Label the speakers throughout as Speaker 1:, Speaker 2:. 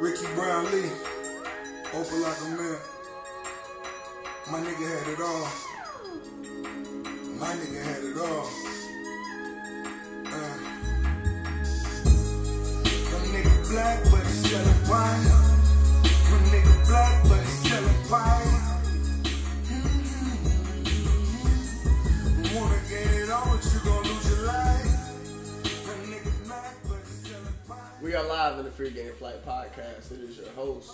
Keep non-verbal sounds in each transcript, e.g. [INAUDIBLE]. Speaker 1: Ricky Brown Lee, open like a man. My nigga had it all. My nigga had it all. Uh. Come nigga black, but he sellin' wine. Come nigga black, but he sellin' wine. Mm-hmm. Wanna get it all, but you gon' lose your life. Come nigga black, but he sellin' wine.
Speaker 2: We are live in the Free Game Flight podcast. It is your host,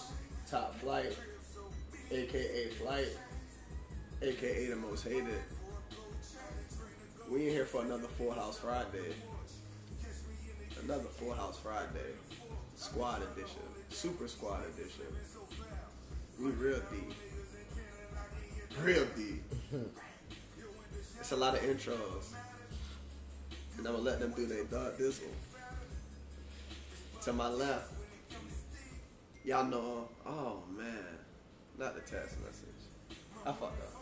Speaker 2: Top Flight, aka Flight, aka the most hated. We in here for another Full House Friday. Another Full House Friday. Squad edition. Super Squad edition. We real deep. Real deep. it's a lot of intros. And I'm gonna let them do their thought this one. To my left, y'all know. Oh man, not the text message. I fucked up.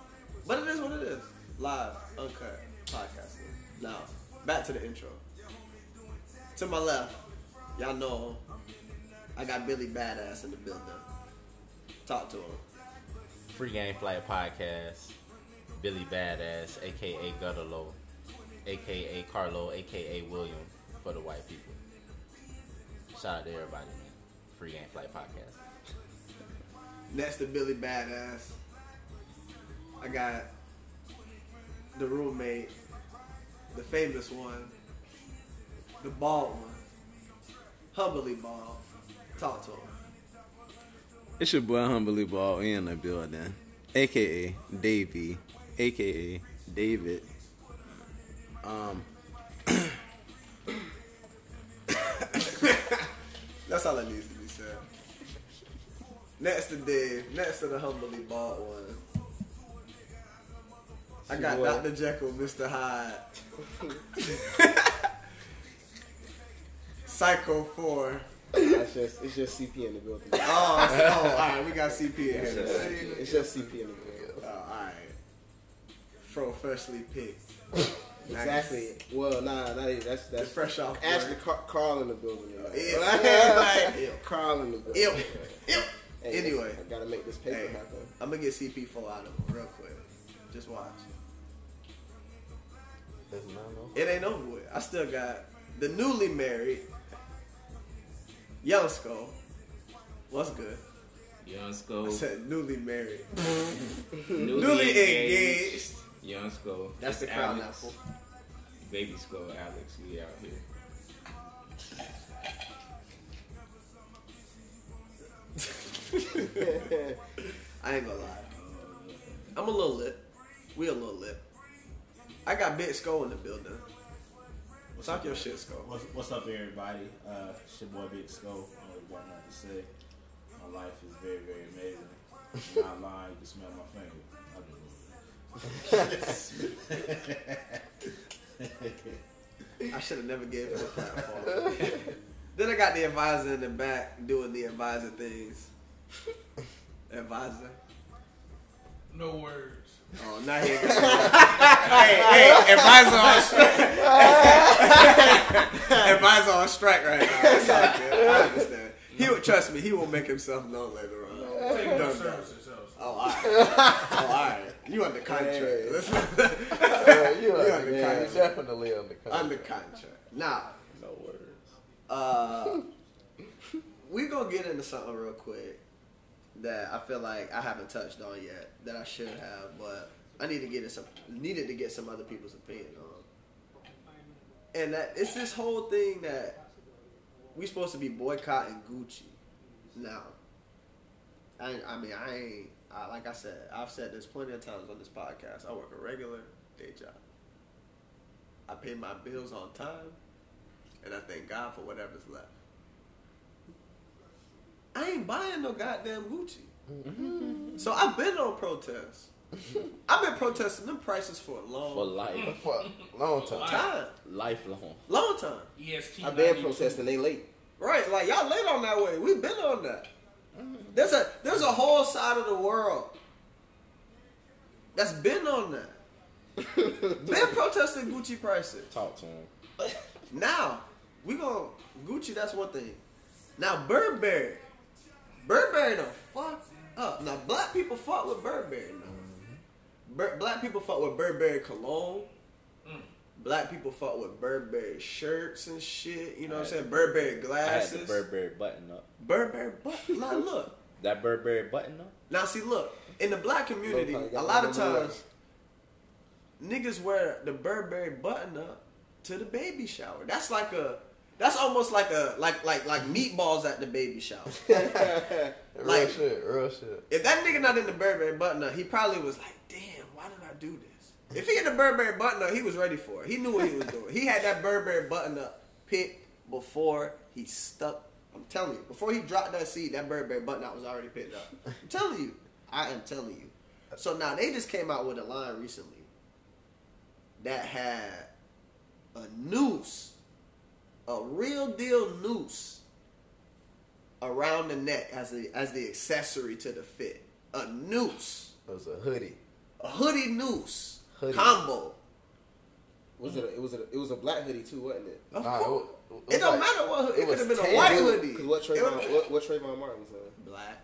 Speaker 2: But it is what it is. Live, uncut, podcasting. Now, back to the intro. To my left, y'all know. I got Billy Badass in the building. Talk to him.
Speaker 3: Free Game Flight Podcast. Billy Badass, aka Gutterlow, aka Carlo, aka William, for the white people. Shout out to everybody, man. Free Game Flight Podcast.
Speaker 2: Next to Billy Badass, I got the roommate, the famous one, the bald one, humbly bald. Talk to him.
Speaker 4: It's your boy Humbly Ball in the building, aka Davey, aka David. Um,
Speaker 2: [COUGHS] That's all that needs to be said. Next to Dave, next to the humbly bald one. I got
Speaker 3: Boy.
Speaker 2: Dr. Jekyll, Mr. Hyde. Psycho 4.
Speaker 5: That's just it's just CP in the building.
Speaker 2: Oh, oh alright, we got CP in
Speaker 5: It's
Speaker 2: here.
Speaker 5: just
Speaker 2: today.
Speaker 5: CP. It's just CP in the building.
Speaker 2: Oh, alright. Professionally picked.
Speaker 5: Exactly. Well, nah, nah, that's
Speaker 2: The
Speaker 5: that's
Speaker 2: fresh off
Speaker 5: actually
Speaker 2: work.
Speaker 5: Car- Carl in the building. tonight. [LAUGHS]
Speaker 2: Yeah, like-
Speaker 5: Like, Carl in the building.
Speaker 2: Ew. Ew.
Speaker 5: Hey,
Speaker 2: Anyway.
Speaker 5: I gotta make this paper
Speaker 2: Hey.
Speaker 5: happen. [LAUGHS]
Speaker 2: I'm gonna get CP4 out of him real quick. Just watch. It ain't over with. I still got the newly married Yellow Skull. What's good?
Speaker 6: Young
Speaker 2: I
Speaker 6: Skull.
Speaker 2: said newly married.
Speaker 6: Newly,
Speaker 2: Newly engaged.
Speaker 6: Young Skull.
Speaker 2: That's the
Speaker 6: It's
Speaker 2: crown
Speaker 6: Alex.
Speaker 2: apple.
Speaker 6: Baby Skull Alex. We out here.
Speaker 2: [LAUGHS] I ain't gonna lie. I'm a little lit. We a little lit. I got Big Skull in the building. Talk your shit, Skull.
Speaker 7: What's, what's up, everybody? Uh, it's your boy Big Skull. I don't got nothing to say. My life is very, very amazing. I'm not lying. You can smell my finger. I do.
Speaker 2: I should have never gave him a platform. [LAUGHS] then I got the advisor in the back doing the advisor things. Advisor.
Speaker 8: No words.
Speaker 2: Oh, not
Speaker 8: [LAUGHS]
Speaker 2: here. hey, hey, advisor on strike. [LAUGHS] advisor on strike right now. It's all good. I understand. He will trust me. He will make himself known later on.
Speaker 8: Take
Speaker 2: Done,
Speaker 8: your
Speaker 2: done.
Speaker 8: services elsewhere.
Speaker 2: Oh, all right. Oh, all right. You under contract.
Speaker 5: Hey.
Speaker 2: Listen,
Speaker 5: you
Speaker 2: under under- yeah, contract. you
Speaker 5: definitely under
Speaker 2: [LAUGHS] under contract. Now,
Speaker 5: No words.
Speaker 2: uh, we gonna get into something real quick that I feel like I haven't touched on yet that I should have, but I need to get in some needed to get some other people's opinion on. And that it's this whole thing that we supposed to be boycotting Gucci now. I, ain't- I mean, I ain't I, like I said. I've said this plenty of times on this podcast. I work a regular day job. I pay my bills on time, and I thank God for whatever's left. I ain't buying no goddamn Gucci. So I've been on protests. I've been protesting them prices Mm-hmm. for a long
Speaker 3: For life.
Speaker 5: For a long time.
Speaker 2: time,
Speaker 3: Lifelong.
Speaker 2: long time.
Speaker 8: EST.
Speaker 5: I've been
Speaker 8: 92.
Speaker 5: protesting. They late.
Speaker 2: Right, like y'all late on that way. We've been on that. There's a there's a whole side of the world that's been on
Speaker 9: [LAUGHS]
Speaker 2: that. been protesting Gucci prices.
Speaker 3: Talk to him.
Speaker 2: Now we gon' Gucci. That's one thing. Now Burberry Burberry done fuck up. Now black people fuck with Burberry now. Bur- black people fuck with Burberry cologne.
Speaker 9: Mm.
Speaker 2: Black people fuck with Burberry shirts and shit. You know what I'm saying? Burberry
Speaker 9: I had the
Speaker 2: glasses.
Speaker 9: Burberry button up.
Speaker 2: Burberry button. Now look.
Speaker 9: That Burberry button up.
Speaker 2: Now see, look in the black community,
Speaker 5: Low-cut,
Speaker 2: a
Speaker 5: got
Speaker 2: lot of
Speaker 5: one of them
Speaker 2: times niggas wear the Burberry button up to the baby shower. That's like a, that's almost like a like like like meatballs at the baby shower.
Speaker 5: Real
Speaker 2: Like-
Speaker 5: shit, real shit.
Speaker 2: If that nigga not in the Burberry button up, he probably was like, damn, why did I do this? If he in the Burberry button up, he was ready for it. He knew what he was doing. He had that Burberry button up picked before he stuck. I'm telling you, before he dropped that seed, that Burberry button up was already picked up. I'm telling you. I am telling you. So now they just came out with a line recently that had a noose, a real deal noose around the neck as the as the accessory to the fit. A noose,
Speaker 5: It was a hoodie.
Speaker 2: a hoodie noose
Speaker 5: Hoodie.
Speaker 2: combo.
Speaker 5: Was it? A, it was a. It was a black hoodie too, wasn't it?
Speaker 2: Of
Speaker 5: Nah, it
Speaker 2: course.
Speaker 5: wa- it was
Speaker 2: It, don't
Speaker 5: like-
Speaker 2: matter what hood- it,
Speaker 5: it
Speaker 2: could
Speaker 5: was
Speaker 2: have been a
Speaker 5: tan
Speaker 2: white
Speaker 5: blue,
Speaker 2: hoodie.
Speaker 5: Cause what
Speaker 2: It
Speaker 5: Trayvon,
Speaker 2: would've-
Speaker 5: what, what Trayvon Martin was in?
Speaker 2: black.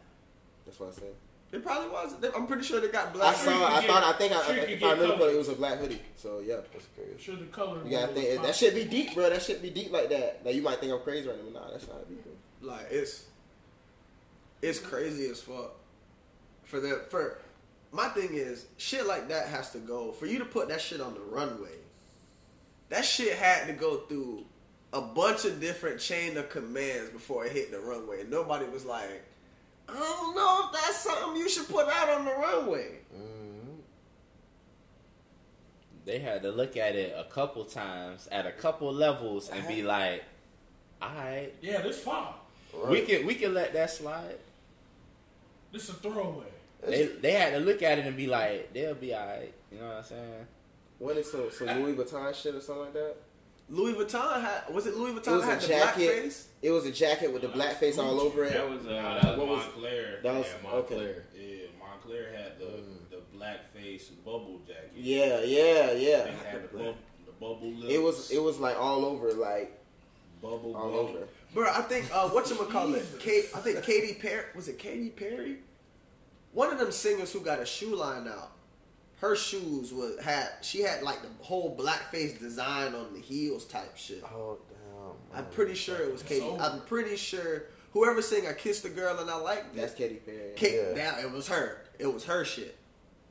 Speaker 5: That's what I said.
Speaker 2: It probably was. They- I'm pretty sure they got
Speaker 5: I
Speaker 2: black.
Speaker 5: saw. I
Speaker 8: get-
Speaker 5: thought. I think. I,
Speaker 8: sure you
Speaker 5: if
Speaker 8: could
Speaker 5: I
Speaker 8: get
Speaker 5: remember
Speaker 8: covered.
Speaker 5: correctly, it was a black hoodie. So yeah, that's crazy.
Speaker 8: Sure, the color.
Speaker 5: You gotta think that shit be deep, bro. That shit be deep like that. Now you might think I'm crazy right now, but nah, that's not deep. Bro.
Speaker 2: like it's it's crazy as fuck for the for my thing is shit like that has to go for you to put that shit on the runway that shit had to go through a bunch of different chain of commands before it hit the runway and nobody was like i don't know if that's something you should put out on the runway
Speaker 3: They had to look at it a couple times at a couple levels and be like, "All right,
Speaker 8: Yeah, this fine.
Speaker 3: we can we can let that slide."
Speaker 8: This is a throwaway.
Speaker 3: They they had to look at it and be like, "They'll be all right." You know what I'm saying?
Speaker 5: What is some some Louis Vuitton shit or something like that?
Speaker 2: louis vuitton had was it louis
Speaker 5: It
Speaker 2: vuitton
Speaker 5: was
Speaker 2: had
Speaker 5: a
Speaker 2: the
Speaker 5: jacket.
Speaker 2: blackface
Speaker 5: It was a jacket with the black face all over
Speaker 6: That
Speaker 5: it.
Speaker 6: was uh,
Speaker 7: Nah, [LAUGHS] that
Speaker 6: what
Speaker 7: was
Speaker 6: was
Speaker 7: Montclair.
Speaker 5: that was-
Speaker 7: yeah,
Speaker 5: okay. Mm.
Speaker 7: Montclair. Yeah, Montclair had the the black face bubble jacket.
Speaker 5: Yeah, yeah,
Speaker 7: They
Speaker 5: yeah.
Speaker 7: had the, bub, the bubble lips.
Speaker 5: It was. It was like all over, like
Speaker 7: bubble
Speaker 5: all
Speaker 7: gum.
Speaker 5: over.
Speaker 2: Bro, I think uh, what you call it? Kate, I think Katy Perry was it Katy Perry? One of them singers who got a shoe line out. Her shoes was had she had like the whole blackface design on the heels type shit.
Speaker 5: Oh damn.
Speaker 2: I'm pretty sure it was Katy.
Speaker 8: over.
Speaker 2: I'm pretty sure whoever sang "I Kissed a Girl and I Like
Speaker 5: That's
Speaker 2: That,"
Speaker 5: Katy Perry.
Speaker 2: Kate,
Speaker 5: yeah.
Speaker 2: that it was her. It was her shit.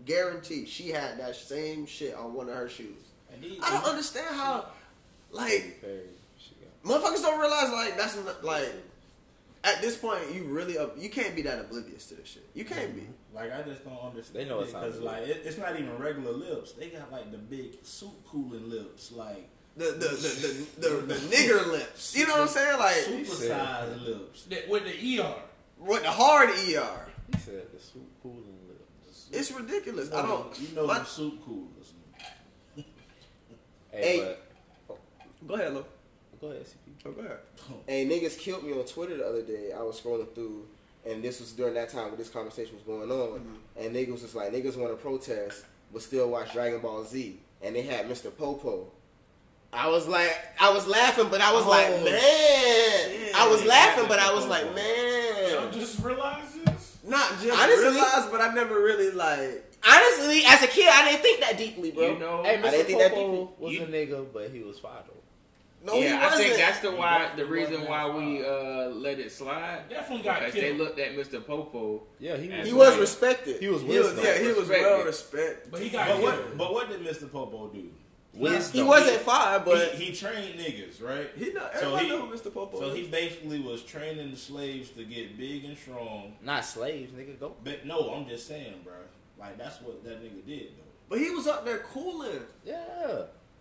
Speaker 2: Guaranteed, she had that same shit on one of her shoes.
Speaker 7: And these-
Speaker 2: I don't understand how, like,
Speaker 9: Very. She got
Speaker 2: motherfuckers don't realize like that's not, like at this point you really up, you can't be that oblivious to this shit. You can't be.
Speaker 7: Like I just don't understand.
Speaker 9: They know it's not
Speaker 7: because
Speaker 9: blue.
Speaker 7: like it, it's not even regular lips. They got like the big soup cooling lips, like
Speaker 2: The the the the, the, the nigger lips. You know what I'm saying? Like
Speaker 7: super sized lips.
Speaker 8: That with the ER.
Speaker 2: what the hard ER.
Speaker 9: He said the soup cooling lip.
Speaker 2: It's ridiculous. I don't
Speaker 7: You know
Speaker 2: my-
Speaker 7: them soup coolers.
Speaker 9: Hey,
Speaker 5: Hey.
Speaker 2: Go ahead, Lo.
Speaker 9: but go ahead, CP.
Speaker 2: Oh, go ahead.
Speaker 5: Hey, niggas killed me on Twitter the other day. I was scrolling through, and this was during that time when this conversation was going on.
Speaker 2: Mm-hmm.
Speaker 5: And niggas was just like, niggas want to protest, but still watch Dragon Ball Z. And they had Mr. Popo. I was like, I was laughing, but I was like,
Speaker 2: Oh,
Speaker 5: man. I was laughing, but I was like,
Speaker 8: Y'all
Speaker 5: man.
Speaker 8: just realized this?
Speaker 2: Not just
Speaker 5: Honestly-
Speaker 2: realized, but I never really like.
Speaker 5: Honestly, as a kid, I didn't think that deeply, bro.
Speaker 6: You know,
Speaker 3: Hey,
Speaker 5: Oh, I didn't
Speaker 3: Mr.
Speaker 5: think that
Speaker 3: Popo
Speaker 5: people-
Speaker 3: was
Speaker 6: you-
Speaker 3: a nigga, but he was fine though.
Speaker 5: no, he
Speaker 6: yeah, I
Speaker 5: wasn't.
Speaker 6: think that's the why the
Speaker 7: He
Speaker 6: reason
Speaker 7: wasn't
Speaker 6: why
Speaker 7: as
Speaker 6: we
Speaker 7: fine.
Speaker 6: uh, let it slide.
Speaker 8: Definitely got
Speaker 6: Because they
Speaker 8: killed.
Speaker 6: looked at Mr. Popo.
Speaker 3: Yeah, he
Speaker 6: was-
Speaker 5: he
Speaker 3: was.
Speaker 5: was respected.
Speaker 3: He was.
Speaker 2: He was, yeah, he was
Speaker 6: Respected.
Speaker 2: well respected.
Speaker 8: But he got
Speaker 7: But what?
Speaker 8: killed.
Speaker 7: But what did Mr. Popo do?
Speaker 5: he wasn't five, but
Speaker 7: he, he trained niggas, right?
Speaker 2: He know
Speaker 7: So
Speaker 2: everybody
Speaker 7: he-
Speaker 2: know who Mr. Popo.
Speaker 7: So
Speaker 2: is.
Speaker 7: he basically was training the slaves to get big and strong.
Speaker 3: Not slaves, nigga. Go.
Speaker 7: But no, I'm just saying, bro. Like that's what that nigga did, though.
Speaker 2: but he was up there cooling.
Speaker 3: Yeah.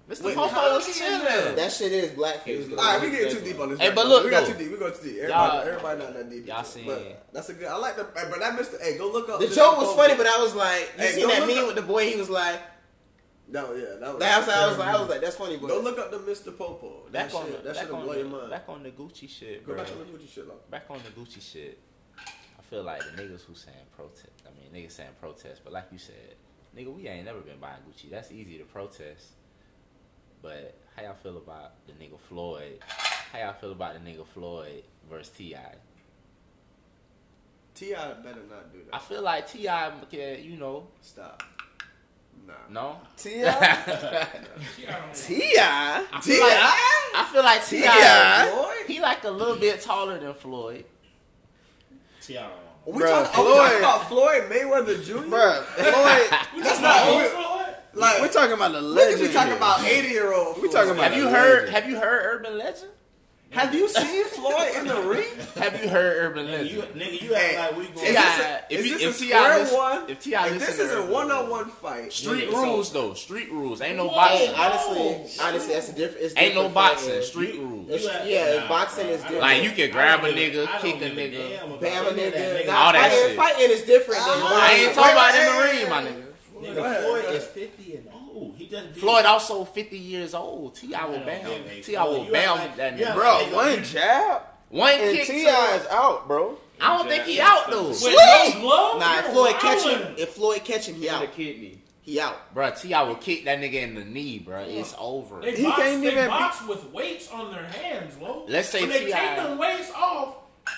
Speaker 3: Mr.
Speaker 2: Wait,
Speaker 3: Popo
Speaker 2: how
Speaker 3: was
Speaker 2: he in
Speaker 3: chilling.
Speaker 2: there?
Speaker 5: that shit is blackface.
Speaker 6: was
Speaker 5: though.
Speaker 6: like-
Speaker 2: All right, we getting too deep on this.
Speaker 3: Hey,
Speaker 2: right
Speaker 3: but
Speaker 2: now.
Speaker 3: look,
Speaker 2: we got
Speaker 3: though.
Speaker 2: too deep. We go too deep.
Speaker 3: Y'all-
Speaker 2: Everybody, everybody not that deep.
Speaker 3: y'all seen-
Speaker 2: But that's a good. I like the. Hey, but that Mr. Hey, go look up.
Speaker 5: The
Speaker 2: Mr.
Speaker 5: joke was
Speaker 2: Popo.
Speaker 5: funny, but I was like, you
Speaker 2: Hey,
Speaker 5: seen
Speaker 2: go
Speaker 5: that
Speaker 2: look
Speaker 5: meme
Speaker 2: up-
Speaker 5: with the boy? He was like,
Speaker 2: That was, yeah, that was.
Speaker 5: that's how I was like, I was like, that's funny, but
Speaker 2: Go look up the Mr. Popo. That
Speaker 3: Back
Speaker 5: "Oh,
Speaker 3: on,
Speaker 2: shit.
Speaker 3: the,
Speaker 2: That
Speaker 3: back,
Speaker 2: shit will
Speaker 3: on
Speaker 2: blow your
Speaker 3: the,
Speaker 2: mind.
Speaker 3: back on the Gucci shit,
Speaker 2: Go
Speaker 3: bro.
Speaker 2: back to the Gucci shit. Like,
Speaker 3: back on the Gucci shit, I feel like the niggas who saying protest, I mean niggas saying protest, but like you said, nigga, we ain't never been buying Gucci. That's easy to protest. But how y'all feel about the nigga Floyd? How y'all feel about the nigga Floyd versus Ti?
Speaker 2: Ti better not do
Speaker 3: I
Speaker 2: that.
Speaker 3: feel like Ti can, you know,
Speaker 2: Stop. Nah.
Speaker 3: no.
Speaker 4: Ti.
Speaker 3: [LAUGHS]
Speaker 8: She out on
Speaker 4: Ti.
Speaker 3: I feel like I feel like
Speaker 4: T.I.
Speaker 3: Ti. He like a little bit taller than Floyd.
Speaker 7: T.I.
Speaker 2: Are we
Speaker 4: Bruh,
Speaker 2: talking, are we
Speaker 4: Floyd.
Speaker 2: talking about Floyd Mayweather Jr.?
Speaker 4: Bruh,
Speaker 3: [LAUGHS]
Speaker 4: Floyd,
Speaker 2: That's not
Speaker 8: Floyd.
Speaker 2: Floyd. Like,
Speaker 4: we're
Speaker 2: we're
Speaker 4: talking about a
Speaker 2: niggas
Speaker 4: legend.
Speaker 2: be talking
Speaker 4: here.
Speaker 2: about 80 year old.
Speaker 4: We talking about
Speaker 3: Have you
Speaker 4: a
Speaker 3: heard?
Speaker 4: legend.
Speaker 3: Have you heard Urban Legend?
Speaker 2: Have you seen Floyd in the ring?
Speaker 3: [LAUGHS] Have you heard Urban
Speaker 7: You,
Speaker 3: Legend?
Speaker 7: nigga, you act
Speaker 2: Hey,
Speaker 7: like we going
Speaker 2: is
Speaker 3: T.I.
Speaker 2: this a-
Speaker 3: if
Speaker 2: is
Speaker 3: you-
Speaker 2: this
Speaker 3: if
Speaker 2: a
Speaker 3: T.I.
Speaker 2: square
Speaker 3: listen-
Speaker 2: one?
Speaker 3: if T.I.
Speaker 2: If this
Speaker 3: listen
Speaker 2: is
Speaker 3: to
Speaker 2: a
Speaker 3: Urban
Speaker 2: one on one fight,
Speaker 3: Street
Speaker 7: Nigga, so-
Speaker 3: rules though. Street rules. Ain't no
Speaker 8: Whoa.
Speaker 3: boxing.
Speaker 5: Honestly, honestly, that's a different. It's
Speaker 3: Ain't no
Speaker 5: different
Speaker 3: boxing.
Speaker 5: fighting.
Speaker 3: Street rules.
Speaker 5: It's-
Speaker 7: You act-
Speaker 5: yeah,
Speaker 7: nah,
Speaker 5: boxing
Speaker 7: bro.
Speaker 5: is
Speaker 7: I
Speaker 5: different.
Speaker 3: Like you can grab a nigga,
Speaker 7: I don't
Speaker 3: kick a
Speaker 7: give
Speaker 3: nigga.
Speaker 7: damn about
Speaker 5: Bam a
Speaker 7: none of
Speaker 5: nigga.
Speaker 3: All
Speaker 5: Nah,
Speaker 3: that
Speaker 5: fighting,
Speaker 3: shit.
Speaker 5: fighting is different than
Speaker 3: I
Speaker 5: boxing.
Speaker 3: ain't talking about in the ring, my nigga.
Speaker 7: Nigga, Floyd is 50 and oh. old. He just beat-
Speaker 3: Floyd also 50 years old. T.I. will
Speaker 7: don't give a
Speaker 3: bam. T.I. will
Speaker 7: fuck. You
Speaker 3: bam
Speaker 7: act like-
Speaker 3: that
Speaker 7: you
Speaker 3: nigga.
Speaker 7: act
Speaker 4: Bro,
Speaker 7: Nigga,
Speaker 4: one
Speaker 7: you-
Speaker 4: jab
Speaker 3: One
Speaker 4: and
Speaker 3: kick.
Speaker 4: Ti
Speaker 3: to-
Speaker 4: is out, bro.
Speaker 3: I don't think he out though.
Speaker 8: With no gloves?
Speaker 5: Nah, if
Speaker 8: You're
Speaker 5: Floyd catch
Speaker 8: wildin'.
Speaker 5: him, if Floyd catch him, he
Speaker 6: the
Speaker 5: out.
Speaker 6: kidney.
Speaker 5: He out.
Speaker 3: Bro, T.I. will kick that nigga in the knee, bro. It's over.
Speaker 8: They
Speaker 4: He
Speaker 8: box,
Speaker 4: can't
Speaker 8: they
Speaker 4: even
Speaker 8: box with weights on their hands, Lo.
Speaker 3: Let's say
Speaker 8: when they
Speaker 3: T.I.
Speaker 8: take them weights off,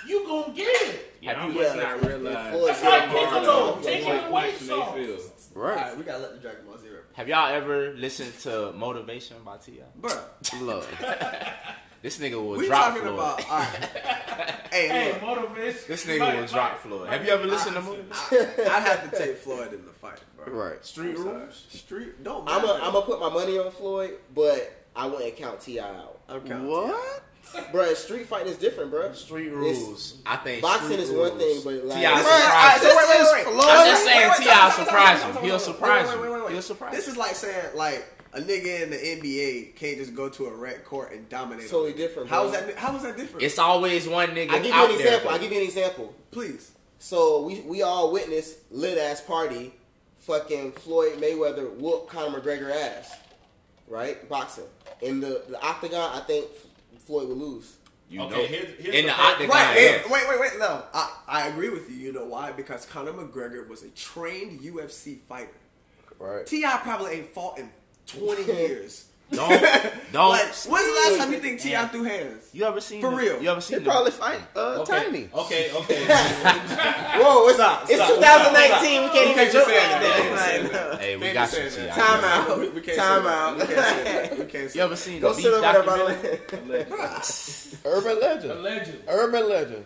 Speaker 8: you gonna get it.
Speaker 7: Yeah,
Speaker 3: Have
Speaker 7: I'm
Speaker 3: you-
Speaker 7: just
Speaker 5: Yeah,
Speaker 7: not
Speaker 5: if- if
Speaker 7: realizing.
Speaker 5: Floyd
Speaker 8: That's
Speaker 5: get
Speaker 8: like
Speaker 5: him,
Speaker 8: Piccolo
Speaker 5: bro,
Speaker 8: taking the weights off.
Speaker 2: all
Speaker 4: Right.
Speaker 2: right, we gotta let the Dragon Ball Z rip.
Speaker 3: Have y'all ever listened to Motivation by T.I.?
Speaker 2: Bruh,
Speaker 4: Look,
Speaker 3: This nigga will
Speaker 2: we
Speaker 3: drop
Speaker 2: talking
Speaker 3: Floyd.
Speaker 2: about. All right.
Speaker 3: [LAUGHS]
Speaker 2: hey,
Speaker 8: Hey,
Speaker 2: look,
Speaker 8: motivation.
Speaker 3: This nigga will drop Floyd. Have you ever listened to Motivation?
Speaker 2: I'd have to take Floyd in the fight, bro.
Speaker 4: right.
Speaker 2: Street rules. Street. Don't
Speaker 5: I'm
Speaker 2: matter.
Speaker 5: gonna I'm gonna put my money on Floyd, but I wouldn't count Ti out.
Speaker 2: I'm counting.
Speaker 4: What?
Speaker 5: Bro, street fighting is different, bro.
Speaker 3: Street rules. I think
Speaker 5: boxing
Speaker 3: street
Speaker 5: is one
Speaker 3: rules.
Speaker 5: thing, but, like-
Speaker 3: T.I.
Speaker 5: Bruh,
Speaker 3: surprised
Speaker 4: I-
Speaker 3: him.
Speaker 4: This is Floyd.
Speaker 3: I'm just saying
Speaker 2: Wait, wait,
Speaker 3: T.I. will
Speaker 2: wait, wait,
Speaker 3: surprise
Speaker 2: wait,
Speaker 3: him.
Speaker 2: wait,
Speaker 3: He'll
Speaker 2: wait,
Speaker 3: surprise
Speaker 2: wait, wait, wait,
Speaker 3: him.
Speaker 2: wait.
Speaker 3: He'll surprise
Speaker 2: This
Speaker 3: him.
Speaker 2: is like saying like a nigga in the NBA can't just go to a red court and dominate.
Speaker 5: Totally
Speaker 2: him.
Speaker 5: different,
Speaker 2: How is
Speaker 5: bro.
Speaker 2: that? How is that different?
Speaker 3: It's always one nigga
Speaker 5: I give you
Speaker 3: out
Speaker 5: an
Speaker 3: there.
Speaker 5: example.
Speaker 3: though.
Speaker 5: I give you an example.
Speaker 2: Please.
Speaker 5: So we we all witnessed lit ass party, fucking Floyd Mayweather whoop Conor McGregor ass, right? Boxing in the, the octagon. I think Floyd would lose.
Speaker 3: you
Speaker 7: Okay,
Speaker 3: know,
Speaker 7: here's- here's
Speaker 3: in
Speaker 7: the
Speaker 3: the
Speaker 7: part-
Speaker 3: octagon.
Speaker 2: Right.
Speaker 3: yeah.
Speaker 2: Wait, wait, wait, wait. No, I, I agree with you. You know why? Because Conor McGregor was a trained UFC fighter.
Speaker 4: Right.
Speaker 2: Ti probably ain't fought in
Speaker 5: [LAUGHS]
Speaker 2: twenty years.
Speaker 3: Don't, don't.
Speaker 2: [LAUGHS] Like, when's the last time you think Ti threw hands?
Speaker 3: you ever seen
Speaker 2: For
Speaker 3: the-
Speaker 2: real.
Speaker 3: You ever seen
Speaker 4: They
Speaker 3: the-
Speaker 4: probably fight uh,
Speaker 7: Okay,
Speaker 4: Tiny.
Speaker 7: [LAUGHS] Okay, okay.
Speaker 5: Whoa, it's it's 2019. We can't even joke like that.
Speaker 3: Hey, we got you, T.I.
Speaker 5: Time
Speaker 2: [LAUGHS]
Speaker 5: out.
Speaker 2: We, we can't
Speaker 5: Time
Speaker 2: say
Speaker 5: out.
Speaker 2: That. We can't say that. We can't say
Speaker 3: You ever seen
Speaker 5: Go
Speaker 3: the
Speaker 5: sit
Speaker 3: beef
Speaker 5: over there, by the
Speaker 3: documentary?
Speaker 5: way.
Speaker 4: Urban legend.
Speaker 8: Allegedly.
Speaker 4: Urban legend.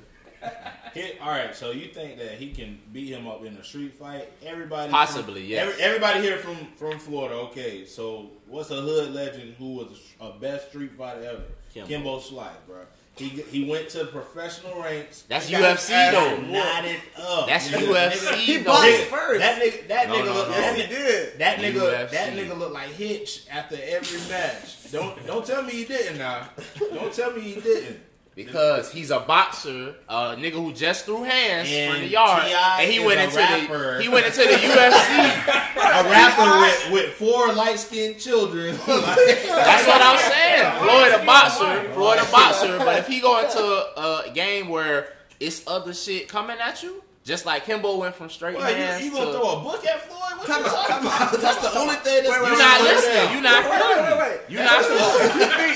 Speaker 7: Here- all right, so you think that he can beat him up in a street fight? Everybody,
Speaker 3: Possibly,
Speaker 7: From,
Speaker 3: yes.
Speaker 7: everybody here from from Florida. Okay, so what's a hood legend who was a best street fighter ever?
Speaker 3: Kimbo.
Speaker 7: Kimbo, Slice, bro. He he went to professional ranks.
Speaker 3: That's
Speaker 7: He got
Speaker 3: UFC
Speaker 7: his ass
Speaker 3: though.
Speaker 7: Knotted up. [LAUGHS]
Speaker 3: That's
Speaker 7: nigga.
Speaker 3: UFC,
Speaker 2: He
Speaker 3: though.
Speaker 2: boxed
Speaker 7: Nigga,
Speaker 2: first.
Speaker 7: That nigga, that
Speaker 3: No,
Speaker 7: nigga,
Speaker 3: no,
Speaker 7: look,
Speaker 3: no.
Speaker 7: That,
Speaker 2: Yes,
Speaker 7: nigga
Speaker 2: he did.
Speaker 7: that nigga,
Speaker 3: UFC.
Speaker 7: that nigga looked like Hitch after every match. Don't don't tell me he didn't now. Don't tell me he didn't.
Speaker 3: Because he's a boxer, a nigga who just threw hands from
Speaker 7: And
Speaker 3: the yard,
Speaker 7: T.I.
Speaker 3: and he
Speaker 7: is
Speaker 3: went
Speaker 7: a
Speaker 3: into
Speaker 7: rapper.
Speaker 3: the he went into the UFC. [LAUGHS]
Speaker 7: a rapper with, with four light skinned children. [LAUGHS]
Speaker 3: That's what [LAUGHS] I'm saying. Floyd a boxer, Floyd a boxer. But if he go into a game where it's other shit coming at you, just like Kimbo went from straight
Speaker 7: Well,
Speaker 3: hands
Speaker 7: you, you
Speaker 3: to
Speaker 7: gonna throw a book at Floyd? What
Speaker 2: Time
Speaker 7: you
Speaker 2: out,
Speaker 7: talking
Speaker 2: time
Speaker 7: about?
Speaker 2: out.
Speaker 7: That's the only thing that's
Speaker 2: Wait, wait,
Speaker 3: you're
Speaker 2: wait,
Speaker 3: not
Speaker 2: wait,
Speaker 3: listening. You're not
Speaker 2: Wait, wait,
Speaker 3: feeling.
Speaker 2: wait.
Speaker 3: You're not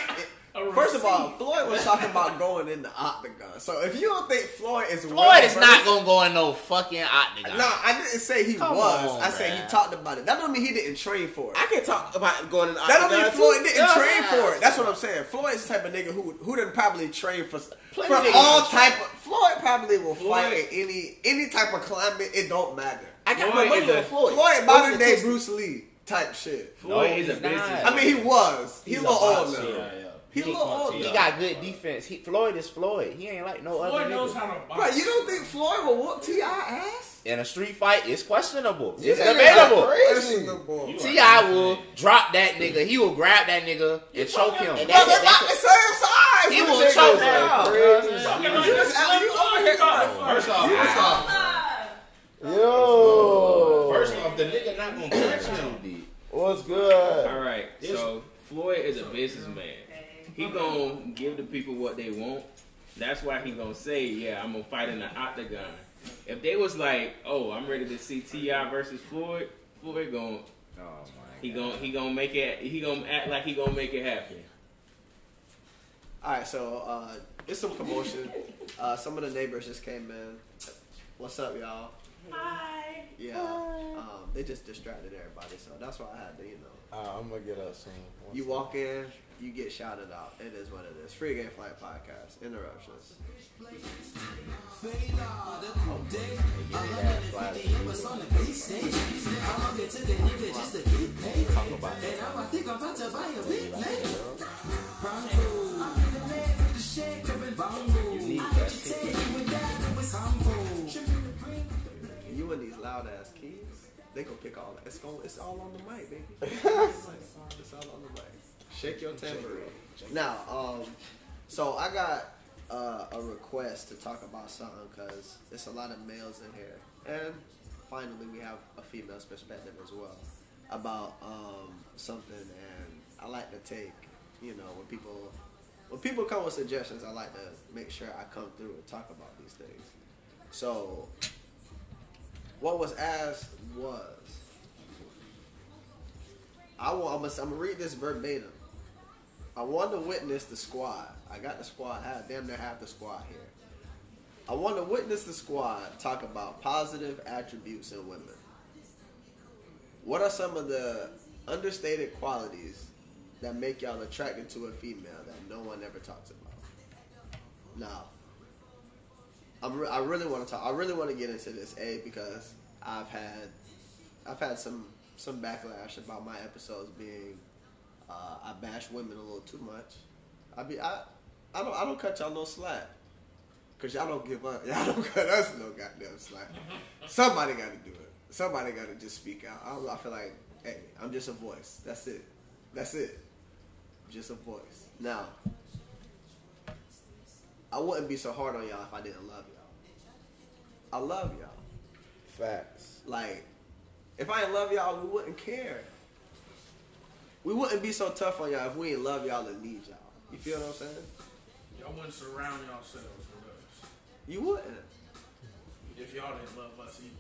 Speaker 3: feeling.
Speaker 2: [LAUGHS]
Speaker 8: A
Speaker 2: First of all,
Speaker 8: receipt.
Speaker 2: Floyd was talking about going in the octagon. So if you don't think Floyd is
Speaker 3: Floyd is not gonna go in no fucking octagon.
Speaker 2: No, I didn't say he
Speaker 3: Come
Speaker 2: was.
Speaker 3: on,
Speaker 2: I said he
Speaker 3: bruh.
Speaker 2: talked about it. That don't mean he didn't train for it.
Speaker 5: I can talk about going in the
Speaker 2: That don't mean
Speaker 5: octagon,
Speaker 2: Floyd
Speaker 5: too.
Speaker 2: didn't train for it. That's what I'm saying. Floyd's the type of nigga who who didn't probably train for
Speaker 3: Plenty
Speaker 2: for
Speaker 3: niggas
Speaker 2: all
Speaker 3: who
Speaker 2: type of. Floyd probably will
Speaker 7: Floyd-
Speaker 2: fight in any any type of climate. It don't matter.
Speaker 5: I got my
Speaker 6: Floyd
Speaker 5: money
Speaker 6: is
Speaker 5: on
Speaker 6: a-
Speaker 5: Floyd.
Speaker 2: Floyd modern day
Speaker 5: Floyd-
Speaker 2: Bruce Lee type shit.
Speaker 6: Floyd is a
Speaker 3: he's not.
Speaker 6: business.
Speaker 2: I mean, he was. He a
Speaker 7: He's
Speaker 2: little
Speaker 7: a
Speaker 2: old
Speaker 7: boxer.
Speaker 2: now.
Speaker 7: Yeah, yeah.
Speaker 2: He a
Speaker 7: He
Speaker 2: little old
Speaker 7: fought T.I.
Speaker 2: now.
Speaker 3: He got good defense. He, Floyd is Floyd. He ain't like no other
Speaker 8: Floyd knows
Speaker 3: nigga.
Speaker 8: how to box.
Speaker 2: Bro, you don't think Floyd will whoop Ti ass?
Speaker 3: In a street fight, it's questionable. It's
Speaker 4: niggas
Speaker 3: debatable.
Speaker 4: are Crazy.
Speaker 2: boy.
Speaker 7: You
Speaker 3: Ti will drop that nigga. He will grab that nigga and choke him.
Speaker 5: And
Speaker 2: Bro,
Speaker 5: that's-
Speaker 2: they're not the same size.
Speaker 3: He
Speaker 2: What
Speaker 3: will
Speaker 2: is that
Speaker 3: choke
Speaker 2: going
Speaker 3: that
Speaker 2: on?
Speaker 3: out.
Speaker 8: Fucking like
Speaker 2: You
Speaker 8: this
Speaker 2: just out-
Speaker 8: slim
Speaker 2: you
Speaker 8: thug,
Speaker 2: over here-
Speaker 8: you got it
Speaker 7: First
Speaker 8: first.
Speaker 7: off,
Speaker 4: Yo,
Speaker 7: first
Speaker 3: Oh.
Speaker 7: off, the nigga not gonna catch him.
Speaker 4: what's good?
Speaker 6: All right, so Floyd is a businessman. He gonna give the people what they want. That's why he gonna say, "Yeah, I'm gonna fight in the octagon." If they was like, "Oh, I'm ready to see Ti versus Floyd," Floyd gonna
Speaker 3: Oh
Speaker 6: he gonna he gonna make it. He gonna act like he gonna make it happen.
Speaker 2: All right, so uh, it's some commotion. Uh, some of the neighbors just came in. What's up, y'all?
Speaker 8: Hi.
Speaker 2: Yeah. Um, they just distracted everybody, so that's why I had to, you know.
Speaker 4: Uh, I'm gonna get up soon. One
Speaker 2: You
Speaker 4: second.
Speaker 2: walk in, you get shouted out. It is what it is. Free game flight podcast. Interruptions. You and these loud ass kids, they gonna pick all that. It's going it's all on the mic, [LAUGHS] baby. it's all on the mic. Shake your tambourine. Now, um, so I got uh, a request to talk about something because it's a lot of males in here, and finally we have a female's perspective as well about um, something. And I like to take, you know, when people when people come with suggestions, I like to make sure I come through and talk about these things. So what was asked was I want. I'm gonna, I'm gonna read this verbatim. I want to witness the squad. I got the squad. I damn near half the squad here. I want to witness the squad talk about positive attributes in women. What are some of the understated qualities that make y'all attracted to a female that no one ever talks about? Now, I'm re- I really want to talk. I really want to get into this a because I've had I've had some some backlash about my episodes being uh, I bash women a little too much. I be I I don't I don't cut y'all no slack because y'all don't give up. [LAUGHS] Y'all don't cut us no goddamn slack. Somebody got to do it. Somebody got to just speak out. I, don't- I feel like hey, I'm just a voice. That's it. That's it. Just a voice. Now, I wouldn't be so hard on y'all if I didn't love y'all. I love y'all.
Speaker 4: Facts.
Speaker 2: Like, if I didn't love y'all, we wouldn't care. We wouldn't be so tough on y'all if we didn't love y'all and need y'all. You feel what I'm saying?
Speaker 8: Y'all wouldn't surround yourselves with us
Speaker 2: You wouldn't.
Speaker 8: if y'all didn't love us either.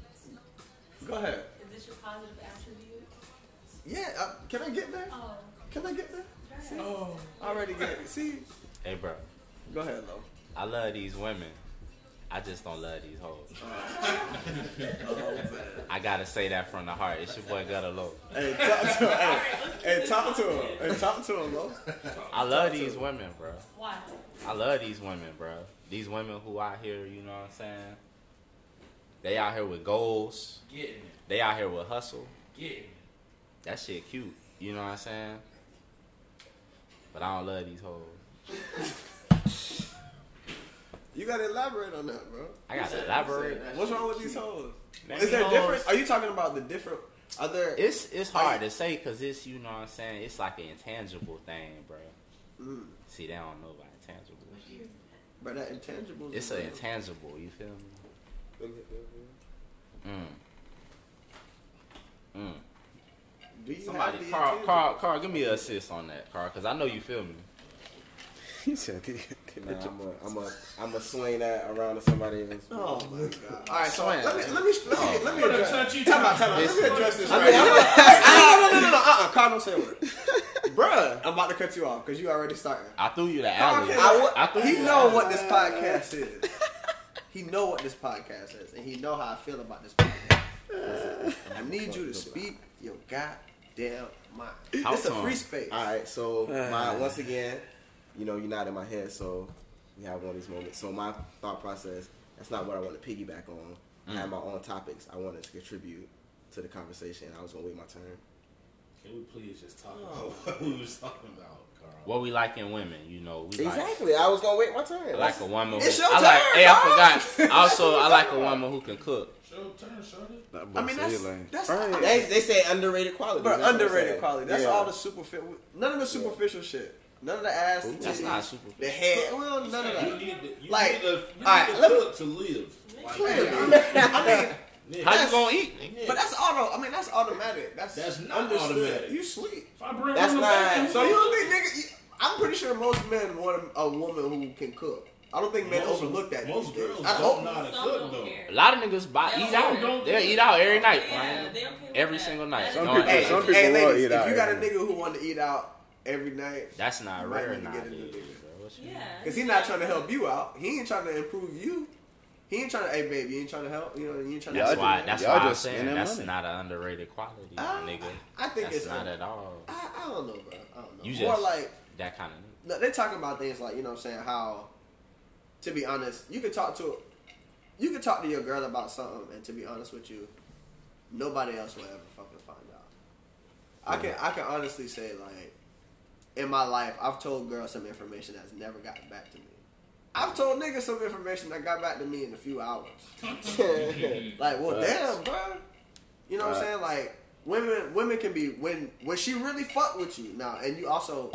Speaker 2: Go ahead.
Speaker 10: Is this your positive attribute?
Speaker 2: Yeah, uh, can I get there?
Speaker 10: Oh,
Speaker 2: Can I get there?
Speaker 8: Oh,
Speaker 2: I already get it. See?
Speaker 3: Hey, bro.
Speaker 2: Go ahead, though.
Speaker 3: I love these women. I just don't love these hoes.
Speaker 2: Oh,
Speaker 3: I gotta say that from the heart. It's your boy Gutter Low.
Speaker 2: Hey, talk to him. Hey, hey talk to him. Hey, talk to him, though.
Speaker 3: I love these women, bro.
Speaker 10: why?
Speaker 3: I love these women, bro. These women who out here, you know what I'm saying? They out here with goals.
Speaker 8: getting it,
Speaker 3: They out here with hustle.
Speaker 8: getting it.
Speaker 3: That shit cute. You know what I'm saying? But I don't love these hoes.
Speaker 2: You gotta elaborate on that, bro.
Speaker 3: I gotta elaborate.
Speaker 2: What's wrong with these hoes?
Speaker 3: Man,
Speaker 2: Is there
Speaker 3: hoes-
Speaker 2: different? Are you talking about the different? Are there?
Speaker 3: It's it's hard to say because it's you know what I'm saying. It's like an intangible thing, bro.
Speaker 2: Mm,
Speaker 3: See, they don't know about intangible.
Speaker 2: but that intangible.
Speaker 3: It's an intangible. You feel me? Mm. Mm.
Speaker 2: Do you
Speaker 3: Somebody,
Speaker 2: have the
Speaker 3: Carl,
Speaker 2: intangible?
Speaker 3: Carl, Carl, give me an assist on that, Carl, because I know you feel me.
Speaker 4: He said, "Get- get
Speaker 5: Nah,
Speaker 4: your-
Speaker 5: I'm a, I'm a, I'm a swing that around to somebody else.
Speaker 2: Oh my god! All right, so let
Speaker 3: Swag.
Speaker 2: me let me let me let me
Speaker 8: What a
Speaker 2: address.
Speaker 8: touchy
Speaker 2: Time out,
Speaker 8: touchy.
Speaker 2: time out. Let me address this
Speaker 5: I
Speaker 2: right
Speaker 5: mean,
Speaker 2: now.
Speaker 5: I'm not-
Speaker 2: No, no, no, no, no. Uh, uh Carl, don't say a
Speaker 5: [LAUGHS]
Speaker 2: word, bruh. I'm about to cut you off because you already started.
Speaker 3: I threw you the
Speaker 2: Carl
Speaker 3: alley.
Speaker 2: can-
Speaker 3: I, threw
Speaker 2: he
Speaker 3: you the
Speaker 2: know
Speaker 3: alley.
Speaker 2: what this podcast is. He know what this podcast is, and he know how I feel about this podcast. I need you to speak your goddamn mind.
Speaker 3: How
Speaker 2: It's a
Speaker 3: come?
Speaker 2: free space.
Speaker 5: All right, so
Speaker 3: Ah.
Speaker 5: my once again, you know, you're not in my head, so we have one of these moments. So my thought process, that's not what I want to piggyback on. I
Speaker 3: Mm.
Speaker 5: have my own topics I wanted to contribute to the conversation. I was gonna wait my turn.
Speaker 7: Can we please just talk about what we was talking about, Carl?
Speaker 3: What we like in women, you know. We like,
Speaker 5: Exactly, I was gonna wait my turn.
Speaker 3: I like a woman. Who,
Speaker 2: It's your
Speaker 3: I like.
Speaker 2: turn,
Speaker 3: hey,
Speaker 2: dog. [LAUGHS]
Speaker 3: I forgot. Also, I like a woman who can cook.
Speaker 8: show turn, shorty.
Speaker 4: That boy
Speaker 2: I mean,
Speaker 4: said
Speaker 2: that's
Speaker 4: he lame.
Speaker 2: that's
Speaker 5: they, they say underrated quality.
Speaker 2: Bro, underrated quality. That's all the superficial. None of the superficial shit. None of the ass. The
Speaker 3: That's
Speaker 2: titties,
Speaker 3: not super.
Speaker 2: The head. Well, none of
Speaker 7: You
Speaker 2: that.
Speaker 7: need to, you
Speaker 2: Like,
Speaker 7: need to, you need
Speaker 2: alright,
Speaker 7: to
Speaker 2: let me-
Speaker 7: cook to live. Like,
Speaker 2: Clearly,
Speaker 7: yeah,
Speaker 2: I mean,
Speaker 7: yeah,
Speaker 3: How you gonna eat? nigga?
Speaker 7: yeah.
Speaker 2: but that's auto. I mean, that's automatic. That's
Speaker 7: That's not automatic.
Speaker 2: You sleep.
Speaker 8: If I bring
Speaker 5: That's
Speaker 8: one
Speaker 5: not-
Speaker 8: back,
Speaker 2: So you don't think, nigga? You, I'm pretty sure most men want a woman who can cook. I don't think men
Speaker 7: Most-
Speaker 2: overlook that.
Speaker 7: Most
Speaker 2: these days.
Speaker 7: girls
Speaker 2: I
Speaker 7: don't
Speaker 2: hope-
Speaker 7: know how to
Speaker 10: Some
Speaker 7: cook
Speaker 10: don't
Speaker 7: though.
Speaker 10: care.
Speaker 3: A lot of niggas buy eat
Speaker 10: Don't-
Speaker 3: out.
Speaker 8: don't
Speaker 3: They'll
Speaker 8: do
Speaker 3: eat
Speaker 8: it.
Speaker 3: out every night.
Speaker 10: Yeah,
Speaker 3: man.
Speaker 10: they okay with
Speaker 3: Every
Speaker 10: that.
Speaker 3: single night.
Speaker 10: That's
Speaker 3: No,
Speaker 4: people-
Speaker 3: that's-
Speaker 2: Hey,
Speaker 4: some
Speaker 2: hey,
Speaker 4: people will
Speaker 2: ladies,
Speaker 4: eat out
Speaker 2: if you got a
Speaker 4: every
Speaker 2: nigga who want to eat out every night,
Speaker 3: that's not
Speaker 2: You might
Speaker 3: rare
Speaker 2: need to get
Speaker 3: nowadays,
Speaker 2: into
Speaker 3: bro. What you mean?
Speaker 10: Yeah.
Speaker 2: because he's not trying to help you out. He ain't trying to improve you. He ain't trying to, hey babe, you ain't trying to help. You know, you ain't trying
Speaker 3: That's
Speaker 2: to.
Speaker 3: why. That's
Speaker 4: y'all
Speaker 3: why I'm
Speaker 4: just
Speaker 3: saying
Speaker 4: spending
Speaker 3: that's
Speaker 4: money.
Speaker 3: not an underrated quality, my
Speaker 2: Ah,
Speaker 3: nigga.
Speaker 2: I think
Speaker 3: that's
Speaker 2: it's
Speaker 3: not
Speaker 2: un-
Speaker 3: at all.
Speaker 2: I, I don't know, bro. I don't know.
Speaker 3: You
Speaker 2: More
Speaker 3: just-
Speaker 2: like
Speaker 3: That kind of nigga.
Speaker 2: No, they're talking about things like you know what I'm saying how to be honest you could talk to you could talk to your girl about something and to be honest with you nobody else will ever fucking find out I can I can honestly say like in my life I've told girls some information that's never gotten back to me I've told niggas some information that got back to me in a few
Speaker 5: [LAUGHS]
Speaker 2: hours like well damn bro you know what I'm saying like women women can be when when she really fuck with you now and you also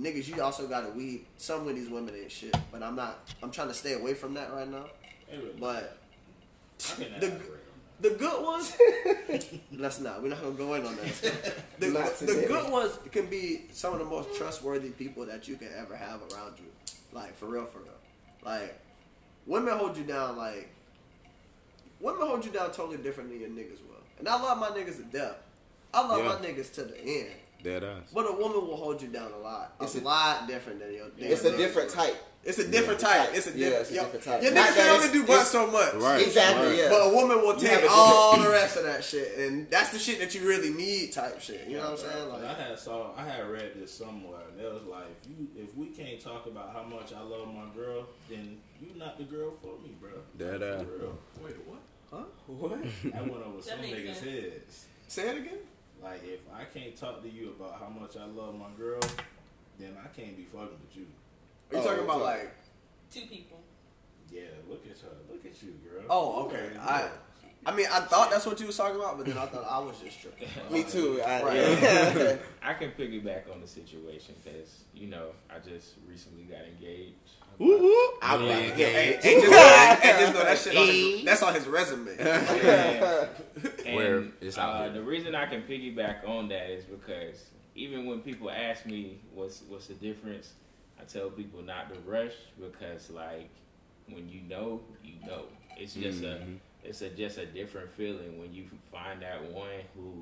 Speaker 2: niggas, you also gotta weed some of these women ain't shit. But I'm not. I'm trying to stay away from that right now. But the the good ones, let's not. We're not gonna go in on
Speaker 5: [LAUGHS]
Speaker 2: that. The,
Speaker 5: Not
Speaker 2: the
Speaker 5: today.
Speaker 2: good ones can be some of the most trustworthy people that you can ever have around you. Like for real, for real. Like women hold you down. Like women hold you down totally different than your niggas will. And I love my niggas to death. I love my niggas to the end.
Speaker 4: Dead ass.
Speaker 2: But a woman will hold you down a lot. It's
Speaker 5: It's
Speaker 2: a,
Speaker 5: a-
Speaker 2: lot different than your. than
Speaker 5: It's
Speaker 2: your
Speaker 5: a
Speaker 2: nigga.
Speaker 5: different type.
Speaker 2: It's a different type. It's a
Speaker 5: Yeah,
Speaker 2: different.
Speaker 5: it's a
Speaker 2: yo-
Speaker 5: different type.
Speaker 2: Your
Speaker 5: Not
Speaker 2: niggas
Speaker 5: that
Speaker 2: can only
Speaker 5: it's-
Speaker 2: do but
Speaker 5: it's-
Speaker 2: so much.
Speaker 4: Right.
Speaker 5: Exactly,
Speaker 4: right.
Speaker 5: yeah.
Speaker 2: But a woman will
Speaker 5: You have
Speaker 2: take
Speaker 5: a
Speaker 2: all the rest of that shit, and that's the shit that you really need, type shit. You know what I'm saying?
Speaker 7: Like,
Speaker 2: Like,
Speaker 7: I had saw, I had read this somewhere, and it was like, if you if we can't talk about how much I love my girl, then you not the girl for me, bro.
Speaker 4: Dead ass.
Speaker 7: For real.
Speaker 8: Wait, what?
Speaker 2: huh? What?
Speaker 7: That went
Speaker 10: [LAUGHS]
Speaker 7: over some
Speaker 10: makes
Speaker 7: niggas' heads.
Speaker 2: Say it again.
Speaker 7: Like, if I can't talk to you about how much I love my girl, then I can't be fucking with you.
Speaker 2: Are you
Speaker 5: Oh,
Speaker 2: talking about
Speaker 5: okay.
Speaker 2: like?
Speaker 10: Two people.
Speaker 7: Yeah, look at her. Look at you, girl.
Speaker 2: Oh,
Speaker 7: Look
Speaker 2: okay.
Speaker 7: at you.
Speaker 2: I, I mean, I thought that's what you was talking about, but then I thought I was just tripping.
Speaker 5: Me too. I,
Speaker 2: Right.
Speaker 5: yeah.
Speaker 6: I can piggyback on the situation because you know I just recently got engaged.
Speaker 5: I'm
Speaker 2: [LAUGHS]
Speaker 5: like, yeah.
Speaker 2: Hey, hey, just, hey, just know that shit. On his, that's on his resume.
Speaker 6: Yeah.
Speaker 3: [LAUGHS]
Speaker 6: and,
Speaker 3: Where it's out
Speaker 6: uh,
Speaker 3: here.
Speaker 6: the reason I can piggyback on that is because even when people ask me what's what's the difference, I tell people not to rush because like when you know, you know. It's just
Speaker 3: Mm-hmm.
Speaker 6: a it's a just a different feeling when you find that one who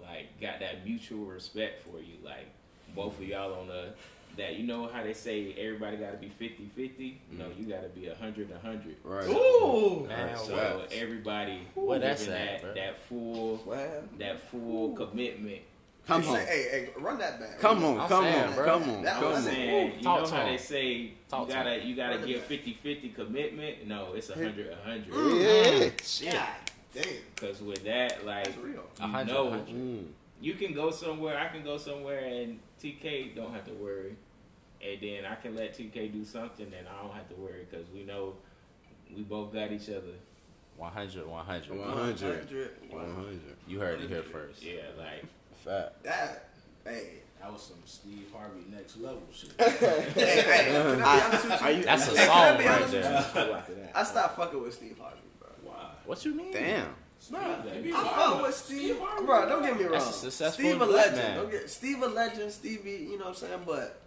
Speaker 6: like got that mutual respect for you like both of y'all on a that you know how they say everybody got to be 50-50 no
Speaker 3: Mm-hmm.
Speaker 6: you got to be 100 100
Speaker 4: Right.
Speaker 2: Ooh.
Speaker 3: Man,
Speaker 6: so
Speaker 3: wow.
Speaker 6: everybody
Speaker 3: Where that's
Speaker 6: giving
Speaker 3: at,
Speaker 6: that
Speaker 3: bro?
Speaker 6: that full
Speaker 5: Well,
Speaker 6: that full commitment.
Speaker 4: Come
Speaker 2: Say,
Speaker 4: on.
Speaker 2: Hey, hey, run that back.
Speaker 4: Come on.
Speaker 3: I'm
Speaker 4: Come
Speaker 3: saying,
Speaker 4: on.
Speaker 3: bro.
Speaker 4: Come on.
Speaker 2: That
Speaker 4: Come
Speaker 2: was
Speaker 6: I'm
Speaker 4: on.
Speaker 6: saying,
Speaker 3: Ooh,
Speaker 6: you
Speaker 3: talk
Speaker 6: know
Speaker 3: to
Speaker 6: how
Speaker 3: him.
Speaker 6: they say
Speaker 3: Talk
Speaker 6: you
Speaker 3: to
Speaker 6: gotta you gotta
Speaker 2: Run it
Speaker 6: give
Speaker 2: back.
Speaker 6: 50-50 commitment. No, it's 100
Speaker 1: Mm.
Speaker 6: 100
Speaker 5: yeah.
Speaker 2: God damn,
Speaker 6: because with that like
Speaker 2: that's real.
Speaker 6: you
Speaker 3: 100,
Speaker 6: know
Speaker 3: 100.
Speaker 6: you can go somewhere, I can go somewhere, and TK don't have to worry, and then I can let TK do something, and I don't have to worry because we know we both got each other.
Speaker 3: 100, 100.
Speaker 4: 100.
Speaker 2: 100.
Speaker 4: 100.
Speaker 3: You heard it here first.
Speaker 6: Yeah, like
Speaker 4: Fact.
Speaker 2: That, hey,
Speaker 7: That was some Steve Harvey next level
Speaker 2: [LAUGHS]
Speaker 7: shit.
Speaker 2: hey, hey, can I be honest with you? [LAUGHS]
Speaker 3: That's a
Speaker 2: Hey, can I
Speaker 3: song
Speaker 2: be
Speaker 3: right
Speaker 2: honest with
Speaker 3: there.
Speaker 7: I like that.
Speaker 2: I stopped fucking with Steve Harvey, bro.
Speaker 7: Why?
Speaker 3: What you mean?
Speaker 4: Damn.
Speaker 7: Steve, that-
Speaker 2: I fuck with Steve, bro. Don't get me wrong.
Speaker 3: That's a successful
Speaker 2: Steve a
Speaker 3: black
Speaker 2: legend.
Speaker 3: man.
Speaker 2: Don't get Steve a legend. Stevie, you know what I'm saying? But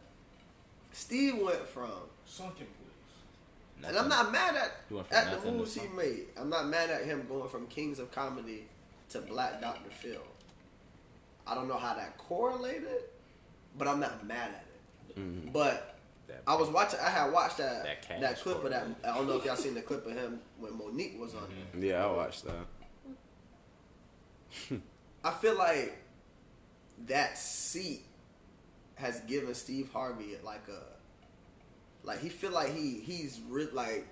Speaker 2: Steve went from,
Speaker 8: Sunken, please.
Speaker 2: and I'm not mad at
Speaker 3: He went from
Speaker 2: at the
Speaker 3: nothing to
Speaker 2: moves he
Speaker 3: something.
Speaker 2: made. I'm not mad at him going from Kings of Comedy to Black Doctor Phil. I don't know how that correlated, but I'm not mad at it.
Speaker 4: Mm-hmm.
Speaker 2: But
Speaker 3: That-
Speaker 2: I was watching. I had watched that
Speaker 3: That
Speaker 2: that,
Speaker 3: cash
Speaker 2: clip of that.
Speaker 3: card.
Speaker 2: I don't know if y'all seen the clip of him when Monique was on there.
Speaker 4: Yeah, I watched that.
Speaker 2: [LAUGHS] I feel like that seat has given Steve Harvey like a like he feel like he he's re- like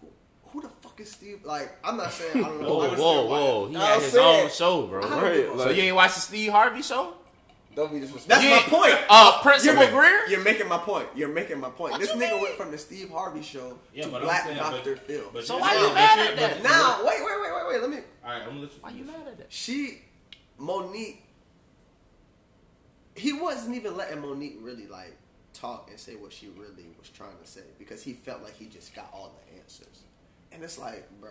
Speaker 2: who, who the fuck is Steve? Like I'm not saying I don't know. I
Speaker 3: Whoa,
Speaker 2: don't
Speaker 3: whoa,
Speaker 2: understand why.
Speaker 3: whoa. He
Speaker 5: I
Speaker 3: had
Speaker 5: was
Speaker 3: his
Speaker 5: saying-
Speaker 3: own show, bro.
Speaker 2: I don't
Speaker 4: Right,
Speaker 2: give a-
Speaker 3: So you ain't watch the Steve Harvey show?
Speaker 5: Don't be disrespectful.
Speaker 2: That's
Speaker 3: you
Speaker 2: my
Speaker 3: ain't-
Speaker 2: point.
Speaker 3: Uh, Principal
Speaker 2: You're-
Speaker 3: Greer?
Speaker 2: You're making my point. You're making my point.
Speaker 3: What
Speaker 2: this
Speaker 3: you
Speaker 2: nigga
Speaker 3: mean?
Speaker 2: went from the Steve Harvey show
Speaker 7: Yeah,
Speaker 2: to
Speaker 7: but I'm
Speaker 2: Black
Speaker 7: saying,
Speaker 2: Doctor
Speaker 7: but-
Speaker 2: Phil.
Speaker 7: but
Speaker 3: So
Speaker 7: you
Speaker 3: why
Speaker 7: know-
Speaker 3: you mad at that?
Speaker 2: now, wait, wait, wait, wait, wait. Let me.
Speaker 7: All right, I'm gonna let you.
Speaker 3: Why you mad at that?
Speaker 2: She, Monique, he wasn't even letting Monique really like talk and say what she really was trying to say because he felt like he just got all the answers. And it's like, bruh,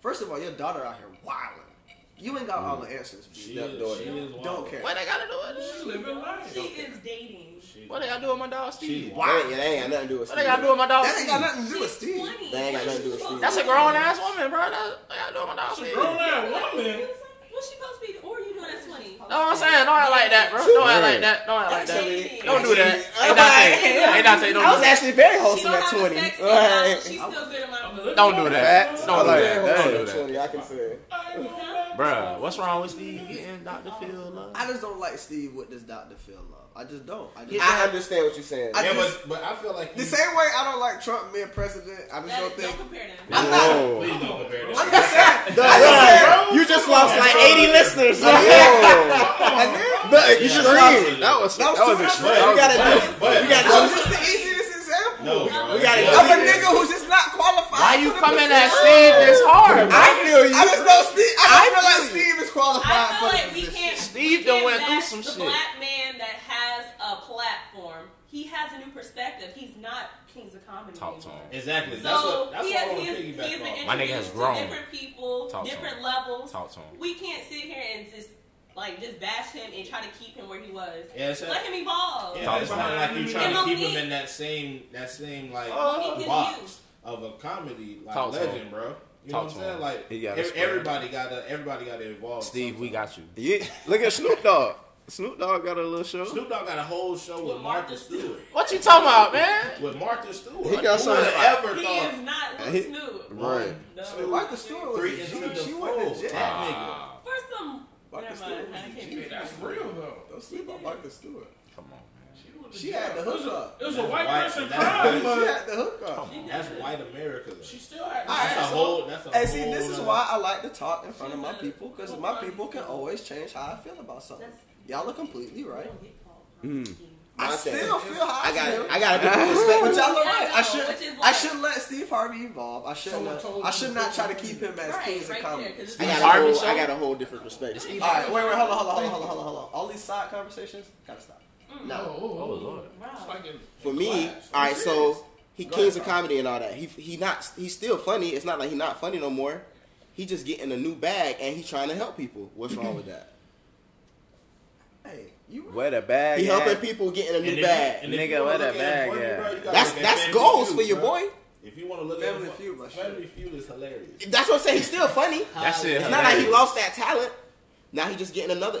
Speaker 2: first of all, your daughter out here wilding. You ain't got all the answers. B.
Speaker 7: She is,
Speaker 5: Stepdaughter.
Speaker 7: she is wild.
Speaker 2: Don't care.
Speaker 3: What they gotta do with
Speaker 8: She's
Speaker 3: this?
Speaker 8: living life.
Speaker 10: She is dating.
Speaker 7: She-
Speaker 3: What they gotta do with my dog Steve?
Speaker 7: She-
Speaker 5: That ain't, that ain't got nothing to do with
Speaker 3: What they
Speaker 5: Steve.
Speaker 3: gotta do with my dog
Speaker 2: That ain't got
Speaker 3: Steve?
Speaker 2: nothing to do with
Speaker 10: She's
Speaker 2: Steve.
Speaker 10: 20.
Speaker 5: That ain't got nothing to do with Steve.
Speaker 3: That's a grown ass woman, bro. That's what they gotta do with my dog
Speaker 8: Grown
Speaker 3: Steve.
Speaker 8: ass
Speaker 10: What
Speaker 8: woman.
Speaker 10: she supposed to be? Or you doing at 20?
Speaker 3: No, I'm saying, don't act like that, bro. Don't act like that. Don't act like
Speaker 5: Actually-
Speaker 3: that. Don't do that.
Speaker 5: [LAUGHS]
Speaker 3: Ain't not ain't not saying
Speaker 5: I was
Speaker 3: don't
Speaker 5: actually very
Speaker 10: She
Speaker 5: wholesome at
Speaker 10: don't have the
Speaker 5: 20.
Speaker 10: sex
Speaker 5: Right.
Speaker 4: [LAUGHS]
Speaker 10: She's still good in my book.
Speaker 3: don't do that.
Speaker 5: Facts. I
Speaker 3: Don't
Speaker 5: was
Speaker 3: do that.
Speaker 5: very wholesome
Speaker 3: Don't
Speaker 5: at
Speaker 3: do that,
Speaker 5: 20, I can say.
Speaker 3: bro. What's wrong with Steve getting Dr. Phil love?
Speaker 2: I just don't like Steve with this Dr. Phil love. I just don't. I just
Speaker 5: I understand what you're saying.
Speaker 2: I
Speaker 7: Yeah,
Speaker 2: just-
Speaker 7: but, but I feel like
Speaker 2: the
Speaker 7: you-
Speaker 2: same way I don't like Trump being president. I just
Speaker 10: That-
Speaker 2: don't think.
Speaker 10: Don't compare them.
Speaker 2: I'm not.
Speaker 7: Please don't compare
Speaker 2: I'm
Speaker 7: that.
Speaker 2: just saying.
Speaker 5: Duh,
Speaker 2: I
Speaker 5: bruh,
Speaker 2: just
Speaker 5: you just lost like 80 listeners. [LAUGHS]
Speaker 2: said. And then,
Speaker 5: But you just lost. That was
Speaker 2: that was, too much.
Speaker 5: We gotta do.
Speaker 7: But, but
Speaker 5: We gotta
Speaker 2: That was
Speaker 5: do.
Speaker 2: just the easiest example.
Speaker 7: no,
Speaker 5: We gotta do.
Speaker 2: Of a nigga who's just not qualified.
Speaker 3: Why you
Speaker 2: for the
Speaker 3: coming
Speaker 2: position.
Speaker 3: at Steve this hard, bro?
Speaker 5: I
Speaker 2: I
Speaker 5: feel you.
Speaker 2: just know Steve. I, just feel like Steve is qualified
Speaker 10: I
Speaker 2: for
Speaker 10: feel
Speaker 2: the
Speaker 10: like we
Speaker 2: position.
Speaker 10: can't.
Speaker 3: Steve
Speaker 10: we
Speaker 3: done
Speaker 10: can't
Speaker 3: went through
Speaker 10: bash
Speaker 3: some
Speaker 10: the
Speaker 3: shit.
Speaker 10: black man that has a platform, he has a new perspective. He's not Kings of Comedy.
Speaker 3: Talk to
Speaker 10: anymore.
Speaker 3: him.
Speaker 7: Exactly. That's what,
Speaker 10: So
Speaker 7: that's
Speaker 10: he
Speaker 7: what I
Speaker 10: has,
Speaker 7: want
Speaker 10: he
Speaker 7: to
Speaker 10: has, he
Speaker 7: piggyback
Speaker 10: has
Speaker 7: off.
Speaker 10: been introduced
Speaker 3: My nigga has
Speaker 10: to
Speaker 3: grown.
Speaker 10: different people,
Speaker 3: Talk to
Speaker 10: different
Speaker 3: him.
Speaker 10: levels.
Speaker 3: Talk to him.
Speaker 10: We can't sit here and just like just bash him and try to keep him where he was.
Speaker 7: Yeah, it's
Speaker 10: Let him evolve.
Speaker 7: Yeah, it's not like you trying
Speaker 10: And
Speaker 7: to keep
Speaker 10: Monique-
Speaker 7: him in that same that same like
Speaker 10: Monique is
Speaker 7: box of a comedy like
Speaker 3: Talk to him.
Speaker 7: legend, bro.
Speaker 3: Talk
Speaker 7: You know what
Speaker 3: to
Speaker 7: I'm saying?
Speaker 3: him.
Speaker 7: Like
Speaker 4: He gotta
Speaker 7: ev-
Speaker 4: spread.
Speaker 7: everybody got to everybody got to evolve.
Speaker 3: Steve, we got you.
Speaker 4: Yeah, look at Snoop Dogg. Snoop Dogg got a little show.
Speaker 7: Snoop Dogg got a whole show with Martha Stewart.
Speaker 3: What you talking about, man?
Speaker 7: With Martha Stewart,
Speaker 4: He got
Speaker 7: who
Speaker 4: something-
Speaker 7: would have ever
Speaker 10: He
Speaker 7: thought
Speaker 10: is not
Speaker 4: He-
Speaker 10: Snoop.
Speaker 4: Right.
Speaker 10: No.
Speaker 7: Snoop.
Speaker 2: Martha Stewart was
Speaker 7: three
Speaker 2: a
Speaker 7: into
Speaker 2: Jew.
Speaker 7: the
Speaker 2: She
Speaker 7: fold.
Speaker 2: went to jail.
Speaker 7: That nigga.
Speaker 3: Ah,
Speaker 10: For some.
Speaker 2: Martha
Speaker 10: Never
Speaker 2: Stewart
Speaker 10: mind.
Speaker 2: was
Speaker 10: I
Speaker 2: a Jew.
Speaker 10: can't do that.
Speaker 8: That's real though.
Speaker 2: Don't sleep on Martha Stewart.
Speaker 3: come on,
Speaker 2: She had the hookup.
Speaker 8: It was a
Speaker 7: That's
Speaker 8: white
Speaker 7: white.
Speaker 8: person
Speaker 7: That's
Speaker 8: crime,
Speaker 7: white.
Speaker 2: She
Speaker 8: but
Speaker 2: had the hookup.
Speaker 10: She
Speaker 7: That's
Speaker 10: did.
Speaker 7: white America. though.
Speaker 8: she still had.
Speaker 2: All right,
Speaker 7: That's a
Speaker 2: so-
Speaker 7: whole. That's a
Speaker 2: And see,
Speaker 7: whole
Speaker 2: this is
Speaker 7: nother-
Speaker 2: why I like to talk in front of my people because my people can always change how I feel about something. Y'all are completely right.
Speaker 10: Don't get called.
Speaker 3: Mm.
Speaker 2: I still feel how I,
Speaker 5: I got.
Speaker 2: feel.
Speaker 5: I got to respect.
Speaker 2: but y'all are
Speaker 10: Yeah, I
Speaker 2: right.
Speaker 10: know,
Speaker 2: I should.
Speaker 10: which is
Speaker 2: I
Speaker 10: like-
Speaker 2: should let Steve Harvey evolve. I shouldn't.
Speaker 8: Someone told
Speaker 2: I
Speaker 8: me
Speaker 2: should
Speaker 8: to
Speaker 2: not
Speaker 8: put
Speaker 2: try to
Speaker 8: you
Speaker 2: keep him as kings of comedy.
Speaker 5: I
Speaker 10: there.
Speaker 5: got,
Speaker 3: Harvey
Speaker 5: a whole,
Speaker 3: show?
Speaker 5: I got a whole different perspective.
Speaker 2: All right, wait, wait, hold on, hold on, hold on, hold on, hold on, hold on. All these side conversations gotta stop.
Speaker 8: Oh, oh, oh,
Speaker 3: Lord.
Speaker 8: It's
Speaker 10: Wow.
Speaker 8: like in-
Speaker 5: For
Speaker 8: in
Speaker 5: me,
Speaker 8: class.
Speaker 5: all right.
Speaker 8: I'm serious.
Speaker 5: So he
Speaker 2: Go ahead,
Speaker 5: kings of
Speaker 2: bro.
Speaker 5: comedy and all that. He he not he's still funny. It's not like he's not funny no more. He just getting a new bag and he's trying to help people. What's wrong with that?
Speaker 2: Hey, you
Speaker 4: Where the bag?
Speaker 5: He helping
Speaker 4: at?
Speaker 5: people getting a
Speaker 7: And
Speaker 5: new
Speaker 7: if you-
Speaker 5: bag.
Speaker 7: and if
Speaker 4: Nigga,
Speaker 7: you wanna
Speaker 4: where
Speaker 7: look
Speaker 4: that
Speaker 7: at it
Speaker 4: bag
Speaker 7: funny,
Speaker 4: at?
Speaker 7: bro, you gotta
Speaker 5: That's
Speaker 7: look at
Speaker 5: that's
Speaker 7: Family
Speaker 5: goals
Speaker 7: Feud,
Speaker 5: for your
Speaker 7: bro.
Speaker 5: boy.
Speaker 7: If you want to look
Speaker 2: Family
Speaker 7: at
Speaker 2: Feud, my shit.
Speaker 7: Family Feud is hilarious.
Speaker 5: That's what I'm saying. He's still funny.
Speaker 3: man. That shit.
Speaker 5: It's not like he
Speaker 3: hilarious.
Speaker 5: lost that talent. Now he just getting another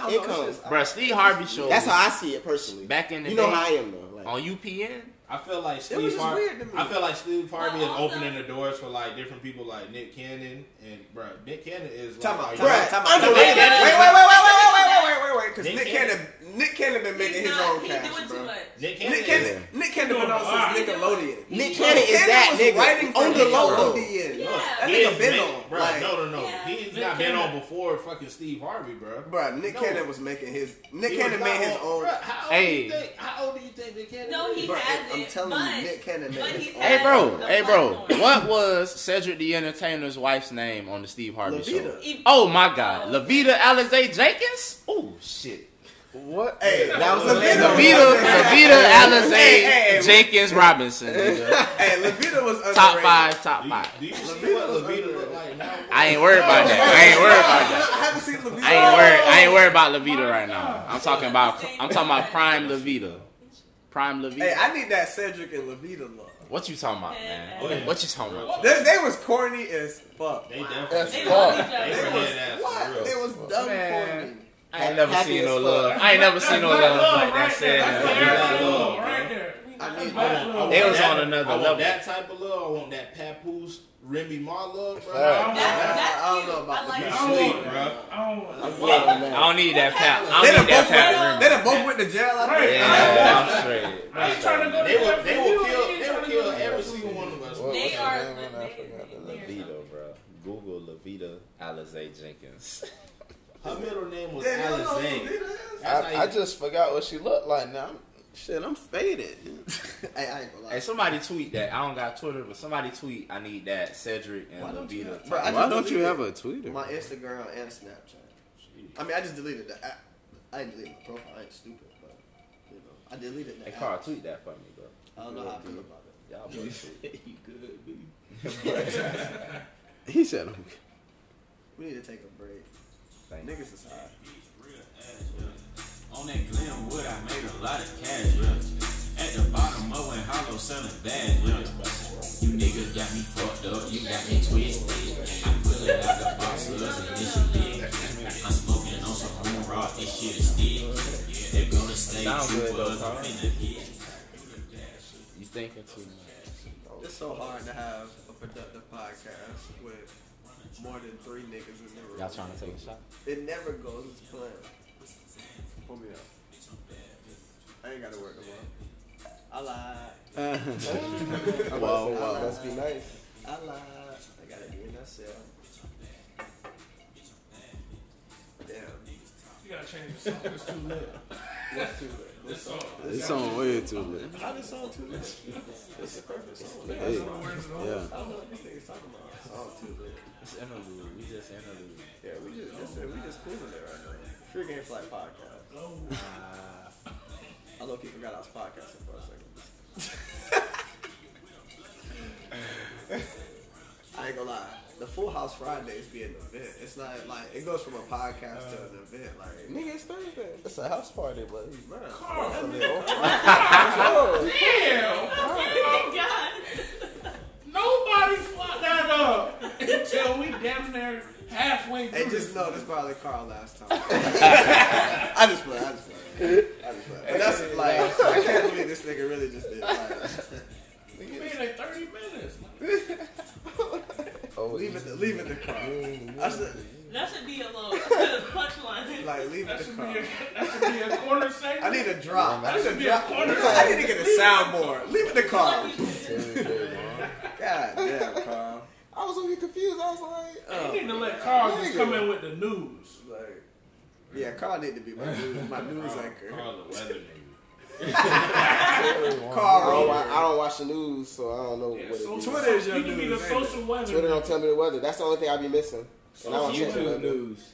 Speaker 2: I don't know,
Speaker 5: income.
Speaker 2: it's just- Oh,
Speaker 3: Bruh, Steve Harvey show.
Speaker 5: That's how I see it personally.
Speaker 3: Back in the
Speaker 5: you know
Speaker 3: day-
Speaker 5: how I am though. Like,
Speaker 3: on UPN.
Speaker 7: I feel like Steve
Speaker 2: was just
Speaker 7: Har-
Speaker 2: weird to me.
Speaker 7: I feel like Steve Harvey
Speaker 10: But
Speaker 7: is
Speaker 10: also-
Speaker 7: opening the doors for like different people like Nick Cannon and bro, Nick Cannon is like,
Speaker 2: Time out,
Speaker 7: like,
Speaker 2: time out,
Speaker 5: Bruh,
Speaker 2: time out.
Speaker 5: underrated.
Speaker 2: Wait, wait, wait, wait, wait, wait, wait, wait, wait, wait, wait, because
Speaker 7: Nick
Speaker 2: Nick Cannon, Nick Cannon been making
Speaker 10: He's
Speaker 2: his
Speaker 10: not-
Speaker 2: own
Speaker 10: he's
Speaker 2: cash,
Speaker 10: doing too
Speaker 2: bro.
Speaker 10: much.
Speaker 7: Nick Cannon,
Speaker 2: Nick Cannon,
Speaker 7: is-
Speaker 2: Nick Cannon been on since Nickelodeon.
Speaker 5: Nick Cannon is
Speaker 2: Cannon
Speaker 5: that
Speaker 2: was writing
Speaker 5: nigga
Speaker 2: for
Speaker 5: on the low. low.
Speaker 2: Nickelodeon.
Speaker 10: Yeah.
Speaker 2: That
Speaker 7: he
Speaker 2: nigga
Speaker 7: is
Speaker 2: been
Speaker 7: Nick-
Speaker 2: on.
Speaker 7: bro.
Speaker 2: like,
Speaker 7: no, no, no.
Speaker 10: Yeah.
Speaker 7: He's
Speaker 6: Nick
Speaker 7: not been
Speaker 6: Cannon.
Speaker 7: on before fucking Steve Harvey, bro.
Speaker 2: Bruh, Nick
Speaker 7: No.
Speaker 2: Cannon was making his. Nick
Speaker 7: He
Speaker 2: Cannon
Speaker 7: was
Speaker 2: made
Speaker 7: not
Speaker 2: his
Speaker 7: on-
Speaker 2: own.
Speaker 7: Bro, how old
Speaker 3: Hey.
Speaker 7: do you think? How old do you think Nick Cannon?
Speaker 10: No,
Speaker 7: is?
Speaker 10: he
Speaker 2: Bruh,
Speaker 10: hasn't.
Speaker 2: I'm telling
Speaker 10: but,
Speaker 2: you, Nick Cannon
Speaker 10: But
Speaker 2: made his
Speaker 10: he's
Speaker 2: own.
Speaker 3: Hey bro,
Speaker 10: The
Speaker 3: hey bro,
Speaker 10: platform.
Speaker 3: what was Cedric the Entertainer's wife's name on the Steve Harvey show?
Speaker 2: Levita.
Speaker 10: He-
Speaker 3: Oh my God, Levita Alizé Jenkins. Oh shit,
Speaker 4: What?
Speaker 2: Hey,
Speaker 5: That was a
Speaker 2: Levita.
Speaker 3: Levita, Levita Alizé
Speaker 2: Hey, hey, hey.
Speaker 3: Jenkins Robinson. nigga.
Speaker 2: Hey, Levita was underrated.
Speaker 3: Top five, top
Speaker 7: Do you,
Speaker 3: five.
Speaker 7: do you see
Speaker 2: Levita
Speaker 7: what
Speaker 2: was
Speaker 7: Levita
Speaker 2: underrated.
Speaker 7: look like now? bro?
Speaker 3: I ain't worried about that. I ain't worried about that.
Speaker 2: I haven't seen Levita.
Speaker 3: I ain't worried. I ain't worried about Levita right now. I'm talking about. I'm talking about prime Levita. Prime
Speaker 2: Hey,
Speaker 3: Levita.
Speaker 2: I need that Cedric and Levita love.
Speaker 3: What you talking about, man? What you talking about?
Speaker 2: They, they was corny as fuck.
Speaker 7: They definitely.
Speaker 10: They
Speaker 7: They
Speaker 10: love
Speaker 7: were
Speaker 10: each other.
Speaker 7: dead ass for
Speaker 2: What?
Speaker 7: real.
Speaker 2: They was dumb corny.
Speaker 3: Man. I ain't never
Speaker 5: Happy
Speaker 3: seen
Speaker 5: as
Speaker 3: no
Speaker 5: fuck.
Speaker 3: love. I ain't never
Speaker 8: That's
Speaker 3: seen no
Speaker 8: black
Speaker 3: love
Speaker 8: love
Speaker 3: like that
Speaker 8: right there. That's what
Speaker 7: Yeah.
Speaker 3: said.
Speaker 8: everybody
Speaker 7: Yeah.
Speaker 8: love right there.
Speaker 2: I need
Speaker 8: Black
Speaker 7: I
Speaker 8: love.
Speaker 7: want
Speaker 3: They was
Speaker 7: that-
Speaker 3: on another
Speaker 7: I want
Speaker 3: level.
Speaker 7: that type of love. I want that papoose Remy Ma love, bro.
Speaker 4: Fact.
Speaker 7: I don't want
Speaker 10: That's,
Speaker 7: that.
Speaker 10: that's
Speaker 2: I don't
Speaker 10: cute.
Speaker 2: know about
Speaker 10: I like
Speaker 2: the
Speaker 10: that.
Speaker 7: I don't want it, bro.
Speaker 8: I don't want
Speaker 5: I'm
Speaker 8: it.
Speaker 5: loving
Speaker 3: I
Speaker 5: that.
Speaker 3: don't need that pap. I
Speaker 2: They done
Speaker 3: don't need that
Speaker 2: both went.
Speaker 3: pap.
Speaker 2: They done both went to jail. I think.
Speaker 3: Yeah, I'm straight.
Speaker 8: I ain't trying to go to
Speaker 7: They will,
Speaker 8: jail
Speaker 7: they
Speaker 8: for
Speaker 7: will
Speaker 8: you.
Speaker 7: kill,
Speaker 8: I ain't
Speaker 7: they will
Speaker 8: tryna
Speaker 7: kill
Speaker 8: go to
Speaker 7: every single one of us.
Speaker 4: What
Speaker 10: They
Speaker 4: was her
Speaker 10: are
Speaker 4: name?
Speaker 10: the-
Speaker 4: I
Speaker 10: they-
Speaker 4: forgot the
Speaker 10: they-
Speaker 4: lady.
Speaker 3: Levita, bro. Google Levita Alizé Jenkins.
Speaker 7: Her middle name was
Speaker 2: Yeah, you know who
Speaker 7: Alizé.
Speaker 2: Levita is?
Speaker 7: That's
Speaker 4: I,
Speaker 7: how
Speaker 4: I
Speaker 7: you-
Speaker 4: just forgot what she looked like now. I'm, shit, I'm faded.
Speaker 2: Hey, I ain't gonna
Speaker 3: Hey,
Speaker 2: lie.
Speaker 3: somebody tweet that. I don't got Twitter, but somebody tweet. I need that Cedric and
Speaker 2: Why don't you
Speaker 3: Levita.
Speaker 2: have- Bro,
Speaker 4: Why
Speaker 2: I just
Speaker 4: don't you
Speaker 2: deleted
Speaker 4: have a tweeter?
Speaker 2: My Instagram and Snapchat. I mean, I just deleted the app. I didn't delete my profile. I ain't stupid, but you know, I deleted the
Speaker 3: Hey,
Speaker 2: app.
Speaker 3: Carl, tweet that for me, bro.
Speaker 2: I don't know how I feel about it.
Speaker 3: Y'all both tweet.
Speaker 4: He said, "I'm
Speaker 2: We need to take a break.
Speaker 3: Thank you.
Speaker 2: Niggas is high.
Speaker 11: On that glam wood, I made a lot of cash, yeah. At the bottom, Mo and Hollow selling bad, yeah. You niggas got me fucked up, you got me twisted. I pull it out the box, loves and this shit. I'm smoking on some
Speaker 3: dog.
Speaker 9: You thinking too much.
Speaker 2: It's so hard to have a productive podcast with more than three niggas in the room.
Speaker 3: Y'all trying to take a shot?
Speaker 4: [LAUGHS]
Speaker 2: It never goes as planned. Pull me up. I ain't gotta work tomorrow. I lied.
Speaker 5: Wow, Oh, wow, let's be nice.
Speaker 2: I lied. I gotta be in that cell. Damn.
Speaker 8: You gotta change the song. It's too lit.
Speaker 2: That's too lit.
Speaker 8: This song.
Speaker 4: This song way too lit.
Speaker 2: How this song too lit? It's the perfect song.
Speaker 4: Hey,
Speaker 2: That's what the words and all
Speaker 4: yeah.
Speaker 2: that stuff. I don't know what these niggas talking about. Song too lit.
Speaker 3: It's interlude. We just interlude.
Speaker 2: Yeah, we just that's it. we just cool with it right now. Free game flight podcast. Uh, I low key forgot I was podcasting for a second. I ain't gonna lie. The Full House Fridays be an event. It's not like it goes from a podcast to an event. Like,
Speaker 5: Nigga, it's Thursday. It's a house party, but
Speaker 2: bruh.
Speaker 8: Damn!
Speaker 10: [LAUGHS] Oh my god.
Speaker 8: Nobody fucked that up until we damn near halfway through.
Speaker 2: Hey, just know this probably Carl last time. I just play. I just play. I just play. But that's like I can't believe this nigga really just did. Like,
Speaker 8: we been at 30 minutes.
Speaker 4: Oh,
Speaker 2: leave it. Leave it to Carl. I should
Speaker 10: That should be a little [LAUGHS] punchline.
Speaker 2: like leave it
Speaker 8: That
Speaker 2: to
Speaker 8: should, be
Speaker 2: Carl.
Speaker 8: a, that should be a corner segment.
Speaker 2: I need a drop. I
Speaker 8: That
Speaker 2: need
Speaker 8: should
Speaker 2: a
Speaker 8: be a
Speaker 2: drop.
Speaker 8: corner
Speaker 2: I need to get a soundboard. Leave it to Carl. God damn, Carl.
Speaker 5: I was gonna get confused. I was like,
Speaker 8: You need to let Carl just come in with the news.
Speaker 2: Like, yeah, Carl need to be my news, my news anchor.
Speaker 7: Call the weather nigga.
Speaker 5: I don't, wa-
Speaker 2: Carl.
Speaker 5: I don't watch the news, so I don't know
Speaker 8: Yeah,
Speaker 5: what
Speaker 8: social-
Speaker 5: it is.
Speaker 2: Twitter is your
Speaker 8: you can be the
Speaker 2: news, ain't it?
Speaker 8: social weather.
Speaker 5: Twitter don't tell me the weather. That's the only thing I be missing. And I don't check the
Speaker 6: YouTube
Speaker 5: weather.
Speaker 6: news.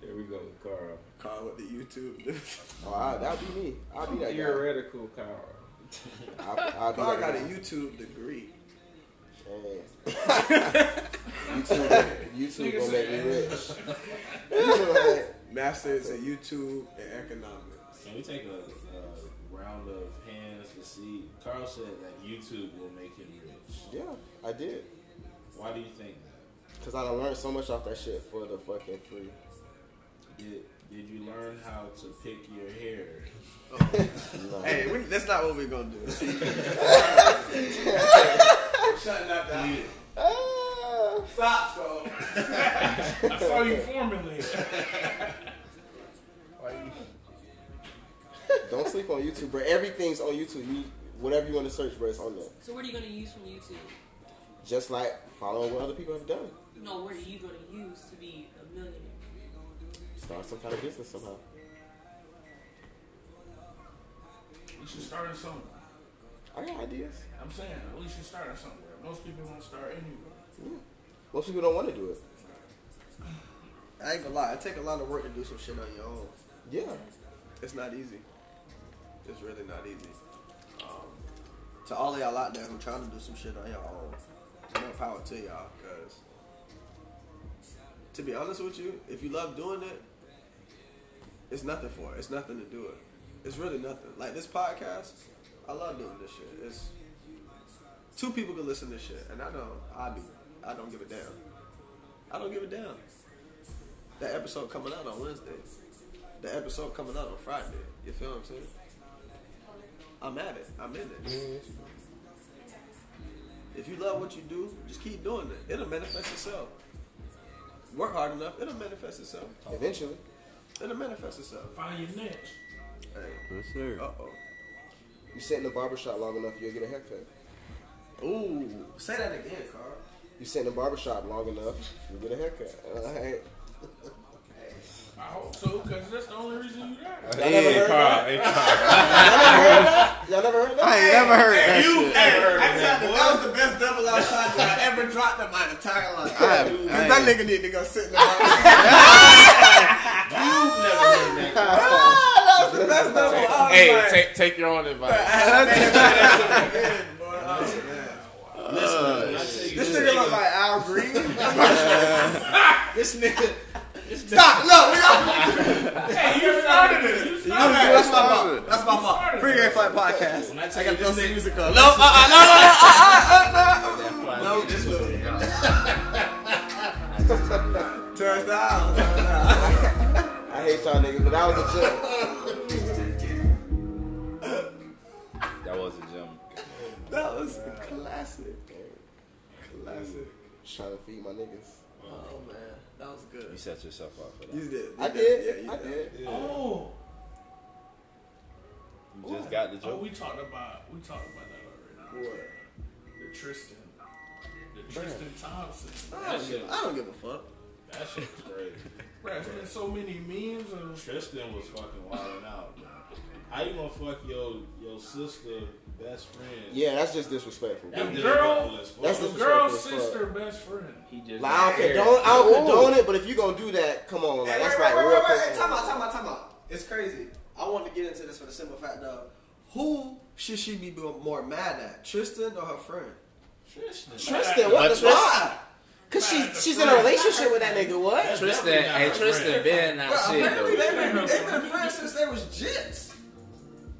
Speaker 6: There we go, Carl.
Speaker 2: Carl with the YouTube. [LAUGHS] news.
Speaker 5: Oh, I, that'll be me. I'll be that guy.
Speaker 6: Theoretical Carl.
Speaker 5: I'll, I'll be
Speaker 2: Carl
Speaker 5: that
Speaker 2: got a
Speaker 5: guy.
Speaker 2: YouTube degree.
Speaker 5: Yeah.
Speaker 2: [LAUGHS]
Speaker 5: YouTube, YouTube gonna make me rich.
Speaker 2: Masters in YouTube and economics.
Speaker 7: Can we take a, a round of hands to see? Carl said that YouTube will make him rich.
Speaker 5: Yeah, I did.
Speaker 7: Why do you think that?
Speaker 5: Cause I done learned so much off that shit for the fucking free.
Speaker 7: Did Did you learn how to pick your hair?
Speaker 2: Hey, we, that's not what we're gonna do. Shutting up that. Stop, so.
Speaker 8: I saw you
Speaker 7: [LAUGHS]
Speaker 8: formulate.
Speaker 5: Don't sleep on YouTube, bro. Everything's on YouTube. You whatever you want to search, bro, it's on there.
Speaker 10: So what are you gonna use from YouTube?
Speaker 5: Just like following what other people have done.
Speaker 10: No, what are you gonna use to be a millionaire?
Speaker 5: Start some kind of business somehow.
Speaker 8: You should start somewhere.
Speaker 5: I got ideas.
Speaker 8: I'm saying, at least you're starting somewhere. Most people won't start anywhere.
Speaker 5: Most people don't want to do it.
Speaker 2: I ain't gonna lie. It take a lot of work to do some shit on your own.
Speaker 5: Yeah.
Speaker 2: It's not easy. It's really not easy. Um, to all of y'all out there who trying to do some shit on y'all own, more power to y'all. Cause to be honest with you, if you love doing it, it's nothing for it. It's nothing to do it. It's really nothing. Like this podcast, I love doing this shit. It's two people can listen to shit, and I know I do. I don't give a damn. I don't give a damn. That episode coming out on Wednesday the episode coming out on Friday. You feel what I'm saying? I'm at it. I'm in it. If you love what you do, just keep doing it. It'll manifest itself. Work hard enough, it'll manifest itself.
Speaker 5: Eventually.
Speaker 2: It'll manifest itself.
Speaker 8: Find your niche.
Speaker 2: Hey.
Speaker 4: Yes, sir.
Speaker 2: Uh oh.
Speaker 5: You sit in the barbershop long enough, you'll get a haircut.
Speaker 2: Ooh. Say that again, Carl.
Speaker 5: You sit in the barbershop long enough, you get a haircut. [LAUGHS] Alright.
Speaker 8: I hope so, because that's the only reason you got it.
Speaker 5: Y'all never heard that? Y'all never heard that?
Speaker 4: never heard that
Speaker 2: You
Speaker 4: shit.
Speaker 2: ever that, was the best double outside I ever dropped in my entire life. that nigga need to go sit in the [LAUGHS] box.
Speaker 5: [LAUGHS]
Speaker 2: that was the best double. I was
Speaker 4: Hey,
Speaker 2: like,
Speaker 4: take take your own advice.
Speaker 1: [LAUGHS]
Speaker 2: [LAUGHS] This nigga look like Al Green. this nigga. Stop! Look, we all.
Speaker 8: Hey, you started it. You started
Speaker 2: Okay, that's my fault. That's my fault. Free Game Flight Podcast.
Speaker 7: I got
Speaker 2: Throw some music up. No, this was [LAUGHS] Turns down. turns down.
Speaker 5: I hate y'all niggas, but that was a joke.
Speaker 6: them.
Speaker 2: That was classic. Classic.
Speaker 5: Trying to feed my niggas.
Speaker 2: Oh man, that was good.
Speaker 12: You set yourself up for that.
Speaker 2: You did. You
Speaker 5: I did.
Speaker 2: you
Speaker 5: I did.
Speaker 8: Oh.
Speaker 12: You just got the
Speaker 8: Oh,
Speaker 12: joke.
Speaker 8: we talked about we talked about that already.
Speaker 2: What?
Speaker 8: The Tristan, the Tristan Thompson.
Speaker 2: I
Speaker 8: That
Speaker 2: don't, give, I don't give a fuck.
Speaker 7: That shit was crazy.
Speaker 8: Bro, it's been so many memes and
Speaker 7: Tristan was fucking wilding out, bro. How you gonna fuck your your sister best friend?
Speaker 5: Yeah, that's just disrespectful.
Speaker 7: That's
Speaker 5: bro.
Speaker 7: disrespectful as fuck.
Speaker 5: That's
Speaker 8: the
Speaker 5: disrespectful
Speaker 8: girl's
Speaker 5: as fuck.
Speaker 8: sister best friend.
Speaker 6: He just
Speaker 5: Like, I
Speaker 6: not
Speaker 5: don't
Speaker 6: there.
Speaker 5: condone, I don't condone it, but if you gonna do that, come on, like
Speaker 2: Hey,
Speaker 5: that's
Speaker 2: wait,
Speaker 5: like
Speaker 2: wait,
Speaker 5: real
Speaker 2: wait, wait, wait,
Speaker 5: personal.
Speaker 2: Time out, time out, time out. It's crazy. I want to get into this for the simple fact of who should she be more mad at, Tristan or her friend?
Speaker 5: Tristan, what the
Speaker 3: But Tristan-
Speaker 5: fuck? Cause she's she's in a relationship with that nigga. What?
Speaker 3: Tristan and Tristan been not
Speaker 2: Bruh,
Speaker 3: shit
Speaker 2: apparently
Speaker 3: though.
Speaker 2: they've been, they been friends since they was jits.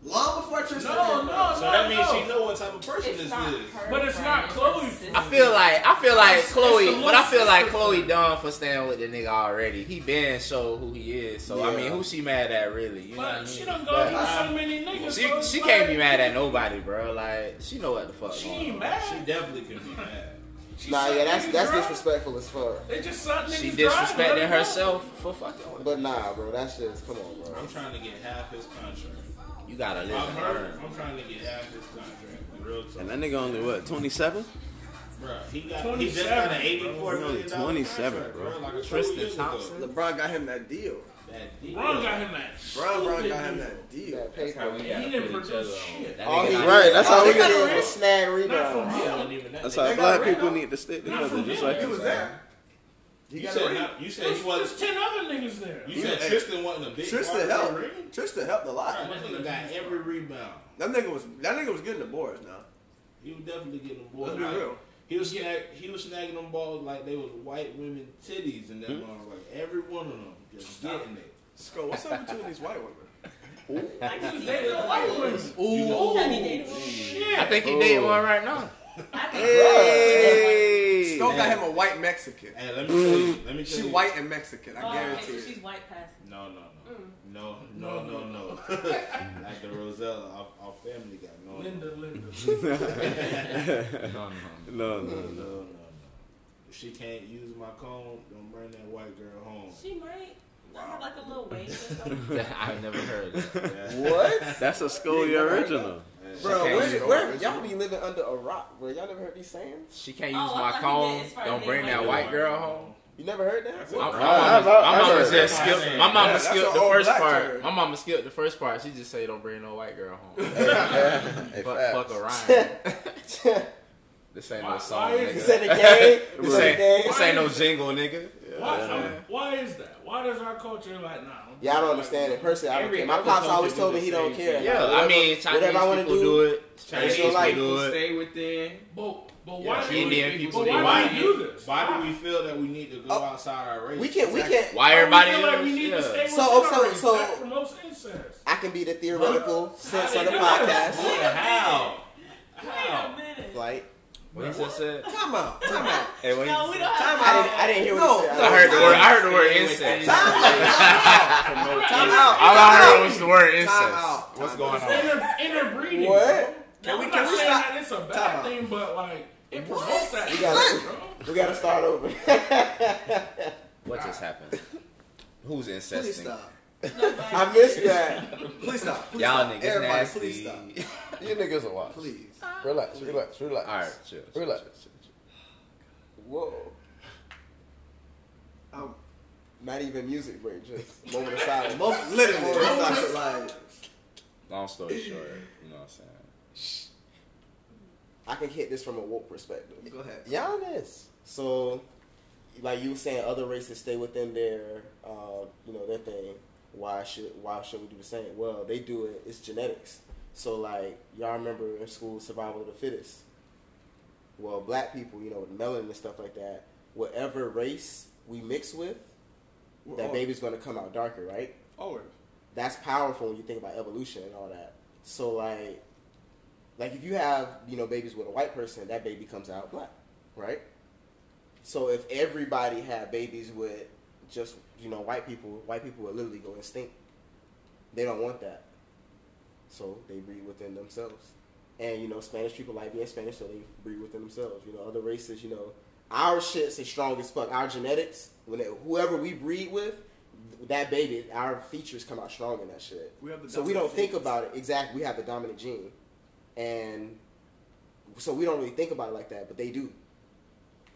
Speaker 2: Long before Tristan.
Speaker 8: No,
Speaker 2: came
Speaker 8: no,
Speaker 2: out.
Speaker 7: So
Speaker 8: no,
Speaker 7: that means
Speaker 8: no.
Speaker 7: she know what type of person this is.
Speaker 8: But it's not Chloe.
Speaker 3: I feel like I feel like
Speaker 8: It's- it's the
Speaker 3: Chloe, but I feel
Speaker 8: little
Speaker 3: like
Speaker 8: sister.
Speaker 3: Chloe done for staying with the nigga already. He been show who he is, so I mean, who she mad at really? You know what I
Speaker 8: But
Speaker 3: mean?
Speaker 8: she done gone through so many niggas.
Speaker 3: She
Speaker 8: so it's
Speaker 3: she
Speaker 8: like,
Speaker 3: can't be mad at nobody, bro. Like she know what the fuck.
Speaker 8: She
Speaker 3: going
Speaker 8: ain't
Speaker 3: on.
Speaker 8: mad.
Speaker 7: She definitely could be mad.
Speaker 8: She
Speaker 5: Nah,
Speaker 8: suck
Speaker 5: yeah, that's
Speaker 8: niggas
Speaker 5: that's
Speaker 8: dry.
Speaker 5: disrespectful as fuck.
Speaker 8: They just suck niggas
Speaker 3: She
Speaker 8: dry, let
Speaker 3: disrespecting
Speaker 8: them go.
Speaker 3: herself for fucking. with
Speaker 5: But nah, bro, that's just come on, bro.
Speaker 7: I'm trying to get half his contract.
Speaker 3: him. You gotta live
Speaker 7: I'm
Speaker 3: and
Speaker 7: her.
Speaker 3: learn.
Speaker 7: I'm trying to get half his contract. Real
Speaker 12: And
Speaker 7: talk,
Speaker 12: that nigga only what, 27?
Speaker 7: bro. He got. He just got an 84 million dollar
Speaker 12: 27,
Speaker 7: contract,
Speaker 12: bro.
Speaker 7: Like a couple
Speaker 3: Tristan
Speaker 7: years ago.
Speaker 3: Thompson?
Speaker 2: LeBron got him that deal.
Speaker 7: That deep.
Speaker 8: Ron got him that.
Speaker 2: LeBron got him that deal.
Speaker 5: That
Speaker 6: That's how
Speaker 5: paper.
Speaker 6: we
Speaker 8: He
Speaker 6: gotta
Speaker 8: didn't
Speaker 6: put each other
Speaker 8: produce
Speaker 6: on.
Speaker 8: shit.
Speaker 3: That
Speaker 5: All
Speaker 3: nigga
Speaker 5: Oh, he
Speaker 3: got
Speaker 5: right,
Speaker 3: it.
Speaker 5: that's all
Speaker 2: They
Speaker 5: we
Speaker 2: got
Speaker 5: do
Speaker 2: a
Speaker 5: is snag
Speaker 8: Not
Speaker 5: rebound.
Speaker 8: from him.
Speaker 7: Wasn't even that
Speaker 12: That's
Speaker 7: deep.
Speaker 12: how
Speaker 2: got
Speaker 12: black
Speaker 2: rid
Speaker 12: people
Speaker 2: of-
Speaker 12: need to stick
Speaker 8: not
Speaker 12: together,
Speaker 8: from
Speaker 12: just
Speaker 8: him.
Speaker 12: like
Speaker 2: He
Speaker 8: He
Speaker 2: was
Speaker 12: this.
Speaker 2: there. He
Speaker 7: You
Speaker 2: got a
Speaker 7: said,
Speaker 2: ring.
Speaker 7: not- you said
Speaker 8: There's,
Speaker 7: he wasn't.
Speaker 8: there's ten other niggas there.
Speaker 7: You said
Speaker 2: Hey.
Speaker 7: Tristan wasn't a big
Speaker 2: Tristan
Speaker 7: part of the
Speaker 2: helped.
Speaker 7: ring?
Speaker 2: Tristan helped a lot.
Speaker 7: That nigga got every rebound.
Speaker 2: That nigga was that nigga was getting the boards now.
Speaker 7: He was definitely getting them boys.
Speaker 2: Let's be
Speaker 7: Like,
Speaker 2: real.
Speaker 7: He was snag, he was snagging them balls like they was white women titties in that
Speaker 5: Hmm?
Speaker 7: mm Like every one of them just getting it.
Speaker 2: Sco, what's up between these white women?
Speaker 10: I can see
Speaker 8: They the
Speaker 10: it. [LAUGHS]
Speaker 8: white women.
Speaker 10: Ooh, have you dated one?
Speaker 8: Shit.
Speaker 3: I think he did one right now.
Speaker 10: I can
Speaker 3: Hey,
Speaker 2: Sco got him a white Mexican.
Speaker 7: Hey, let me tell you. Let me tell
Speaker 2: She
Speaker 7: you.
Speaker 2: white and Mexican, I
Speaker 10: Oh, okay,
Speaker 2: guarantee
Speaker 10: so
Speaker 2: it.
Speaker 10: she's white passing.
Speaker 7: No, no, no, no, no, no, no. [LAUGHS] like the Rosella, our, our family got no.
Speaker 8: Linda, Linda.
Speaker 3: No, no.
Speaker 12: No,
Speaker 7: No,
Speaker 12: no.
Speaker 7: no, no, no. If she can't use my comb, don't bring that white girl home.
Speaker 10: She might have like a little wave or something.
Speaker 3: [LAUGHS] I've never heard that.
Speaker 7: Yeah.
Speaker 6: [LAUGHS]
Speaker 5: What?
Speaker 12: That's a Scully original.
Speaker 7: Yeah.
Speaker 5: Bro,
Speaker 3: She
Speaker 5: where,
Speaker 3: can't
Speaker 5: where y'all be living under a rock, bro? Y'all never heard these sayings?
Speaker 3: She can't use
Speaker 10: Oh, I
Speaker 3: my
Speaker 10: thought he
Speaker 3: comb.
Speaker 10: did as far as
Speaker 3: Don't
Speaker 10: being
Speaker 3: bring that
Speaker 10: white.
Speaker 3: white girl home.
Speaker 5: You never heard that?
Speaker 3: My, my
Speaker 12: I-
Speaker 3: mama,
Speaker 12: I- I
Speaker 3: my mama
Speaker 12: heard
Speaker 3: just
Speaker 7: that.
Speaker 3: skipped. My
Speaker 2: Yeah,
Speaker 3: mama
Speaker 2: that's
Speaker 3: skipped
Speaker 2: an
Speaker 3: the
Speaker 2: old
Speaker 3: first
Speaker 2: black
Speaker 3: part.
Speaker 2: turd.
Speaker 3: My mama skipped the first part. She just say, "Don't bring no white girl home."
Speaker 12: Hey,
Speaker 3: fuck, fuck
Speaker 12: facts.
Speaker 3: Orion.
Speaker 12: [LAUGHS]
Speaker 3: this ain't no
Speaker 8: Why-
Speaker 3: song,
Speaker 8: why is
Speaker 5: You
Speaker 3: nigga.
Speaker 5: said the game. You
Speaker 3: This ain't,
Speaker 5: said the
Speaker 3: this
Speaker 5: game.
Speaker 3: ain't no jingle, nigga.
Speaker 8: Why, why is that? Why does our culture like now?
Speaker 5: Y'all don't understand it personally. I don't
Speaker 6: Every
Speaker 5: care. My
Speaker 6: other
Speaker 5: pops
Speaker 6: culture
Speaker 5: always
Speaker 6: do
Speaker 5: told me
Speaker 6: the
Speaker 5: he don't
Speaker 6: same
Speaker 5: care.
Speaker 6: thing.
Speaker 3: Yeah, I
Speaker 5: Whatever-
Speaker 3: mean, Chinese
Speaker 5: whatever I
Speaker 3: people
Speaker 5: wanna
Speaker 3: do, it. Chinese
Speaker 6: Chinese
Speaker 5: your
Speaker 3: people
Speaker 5: life.
Speaker 3: do it.
Speaker 6: stay within.
Speaker 8: But but
Speaker 3: Yeah,
Speaker 8: why
Speaker 3: Indian
Speaker 8: do,
Speaker 3: people
Speaker 8: but
Speaker 3: do
Speaker 8: why
Speaker 3: that.
Speaker 8: do we do this?
Speaker 7: Why do we feel that we need to go outside our race?
Speaker 5: Oh, We can, we
Speaker 2: Exactly.
Speaker 5: can.
Speaker 3: Why
Speaker 8: Why
Speaker 3: everybody?
Speaker 8: do we feel like we need to
Speaker 3: else?
Speaker 8: stay
Speaker 5: So-
Speaker 8: with
Speaker 5: so-
Speaker 8: others?
Speaker 5: so-
Speaker 8: that promotes incest.
Speaker 5: I can be the theoretical sense of the
Speaker 8: How they do
Speaker 5: podcast.
Speaker 7: Boy, how?
Speaker 10: Wait a
Speaker 7: How?
Speaker 10: minute.
Speaker 5: Like,
Speaker 3: What he just said?
Speaker 2: Time out, time out.
Speaker 12: Hey, what
Speaker 10: No, we don't have
Speaker 5: I didn't, I didn't hear
Speaker 2: No,
Speaker 5: what you said.
Speaker 3: I heard the word. I heard the word incest. [LAUGHS]
Speaker 5: Time
Speaker 3: All
Speaker 5: out. Time out.
Speaker 3: I heard was the word
Speaker 2: Time
Speaker 3: incest.
Speaker 2: out.
Speaker 12: What's going on?
Speaker 8: Inter- interbreeding.
Speaker 5: What?
Speaker 8: Can we,
Speaker 2: we-
Speaker 8: I'm
Speaker 2: can
Speaker 8: not
Speaker 2: we
Speaker 8: saying
Speaker 2: stop-
Speaker 8: that it's a
Speaker 2: Time out.
Speaker 8: bad thing, but like it promotes that.
Speaker 5: We gotta-
Speaker 8: shit, bro.
Speaker 5: We gotta start over.
Speaker 3: What just happened? Who's
Speaker 2: Please
Speaker 3: incesting?
Speaker 2: stop.
Speaker 5: I missed that.
Speaker 2: Please stop. Please
Speaker 3: Y'all
Speaker 2: stop.
Speaker 3: niggas
Speaker 2: Everybody,
Speaker 3: nasty.
Speaker 2: please stop.
Speaker 3: [LAUGHS]
Speaker 12: You niggas are watch.
Speaker 2: Please.
Speaker 12: Relax, relax, relax.
Speaker 3: All right, chill. chill,
Speaker 12: Relax.
Speaker 3: chill, chill, chill.
Speaker 5: Whoa.
Speaker 2: Um,
Speaker 5: Not even music break, just moment of silence.
Speaker 2: most, literally,
Speaker 5: Moment of
Speaker 2: most,
Speaker 5: silence.
Speaker 2: like,
Speaker 3: Long story short, you know what I'm saying.
Speaker 5: I can hit this from a woke perspective.
Speaker 2: go ahead.
Speaker 5: Giannis. So, like you were saying, other races stay within their, uh, you know, their thing. Why should Why should we do the same? Well, they do it. It's genetics. So, like y'all remember in school, survival of the fittest. Well, black people, you know, with melanin and stuff like that. Whatever race we mix with,
Speaker 2: We're
Speaker 5: that
Speaker 2: all-
Speaker 5: baby's gonna come out darker, right?
Speaker 2: Always.
Speaker 5: that's powerful when you think about evolution and all that. So like, like if you have you know babies with a white person, that baby comes out black, right? So if everybody had babies with just you know white people, white people would literally go extinct. They don't want that, so they breed within themselves. And you know, Spanish people like being Spanish, so they breed within themselves. You know, other races, you know, our shit's as strong as fuck. Our genetics, when it, whoever we breed with, that baby, our features come out strong in that shit.
Speaker 2: We have the
Speaker 5: so we don't
Speaker 2: dominant
Speaker 5: think
Speaker 2: genes.
Speaker 5: about it exactly. We have the dominant gene, and so we don't really think about it like that, but they do.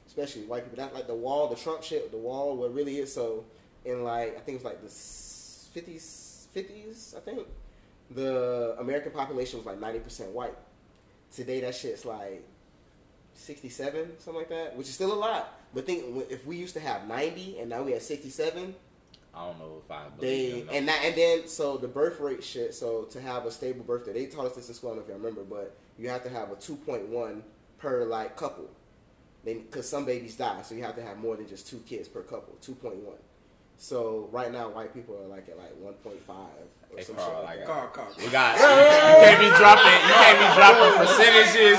Speaker 5: Especially white people. That's like the wall, the Trump shit, the wall. What really is so in like I think it was like the fifties, fifties. I think the American population was like ninety percent white. Today that shit's like sixty-seven, something like that, which is still a lot. But think if we used to have ninety and now we have sixty-seven,
Speaker 3: I don't know if I believe
Speaker 5: they
Speaker 3: them,
Speaker 5: and that and then so the birth rate shit. So to have a stable birth rate, they taught us this in school. I don't know if you remember, but you have to have a two point one per like couple. Then because some babies die, so you have to have more than just two kids per couple. Two point one. So right now, white people are like at like one point five or
Speaker 3: Hey,
Speaker 5: some
Speaker 3: Carl,
Speaker 5: shit.
Speaker 3: I got-
Speaker 5: Like that.
Speaker 3: We got. You can't be dropping. You can't be dropping percentages.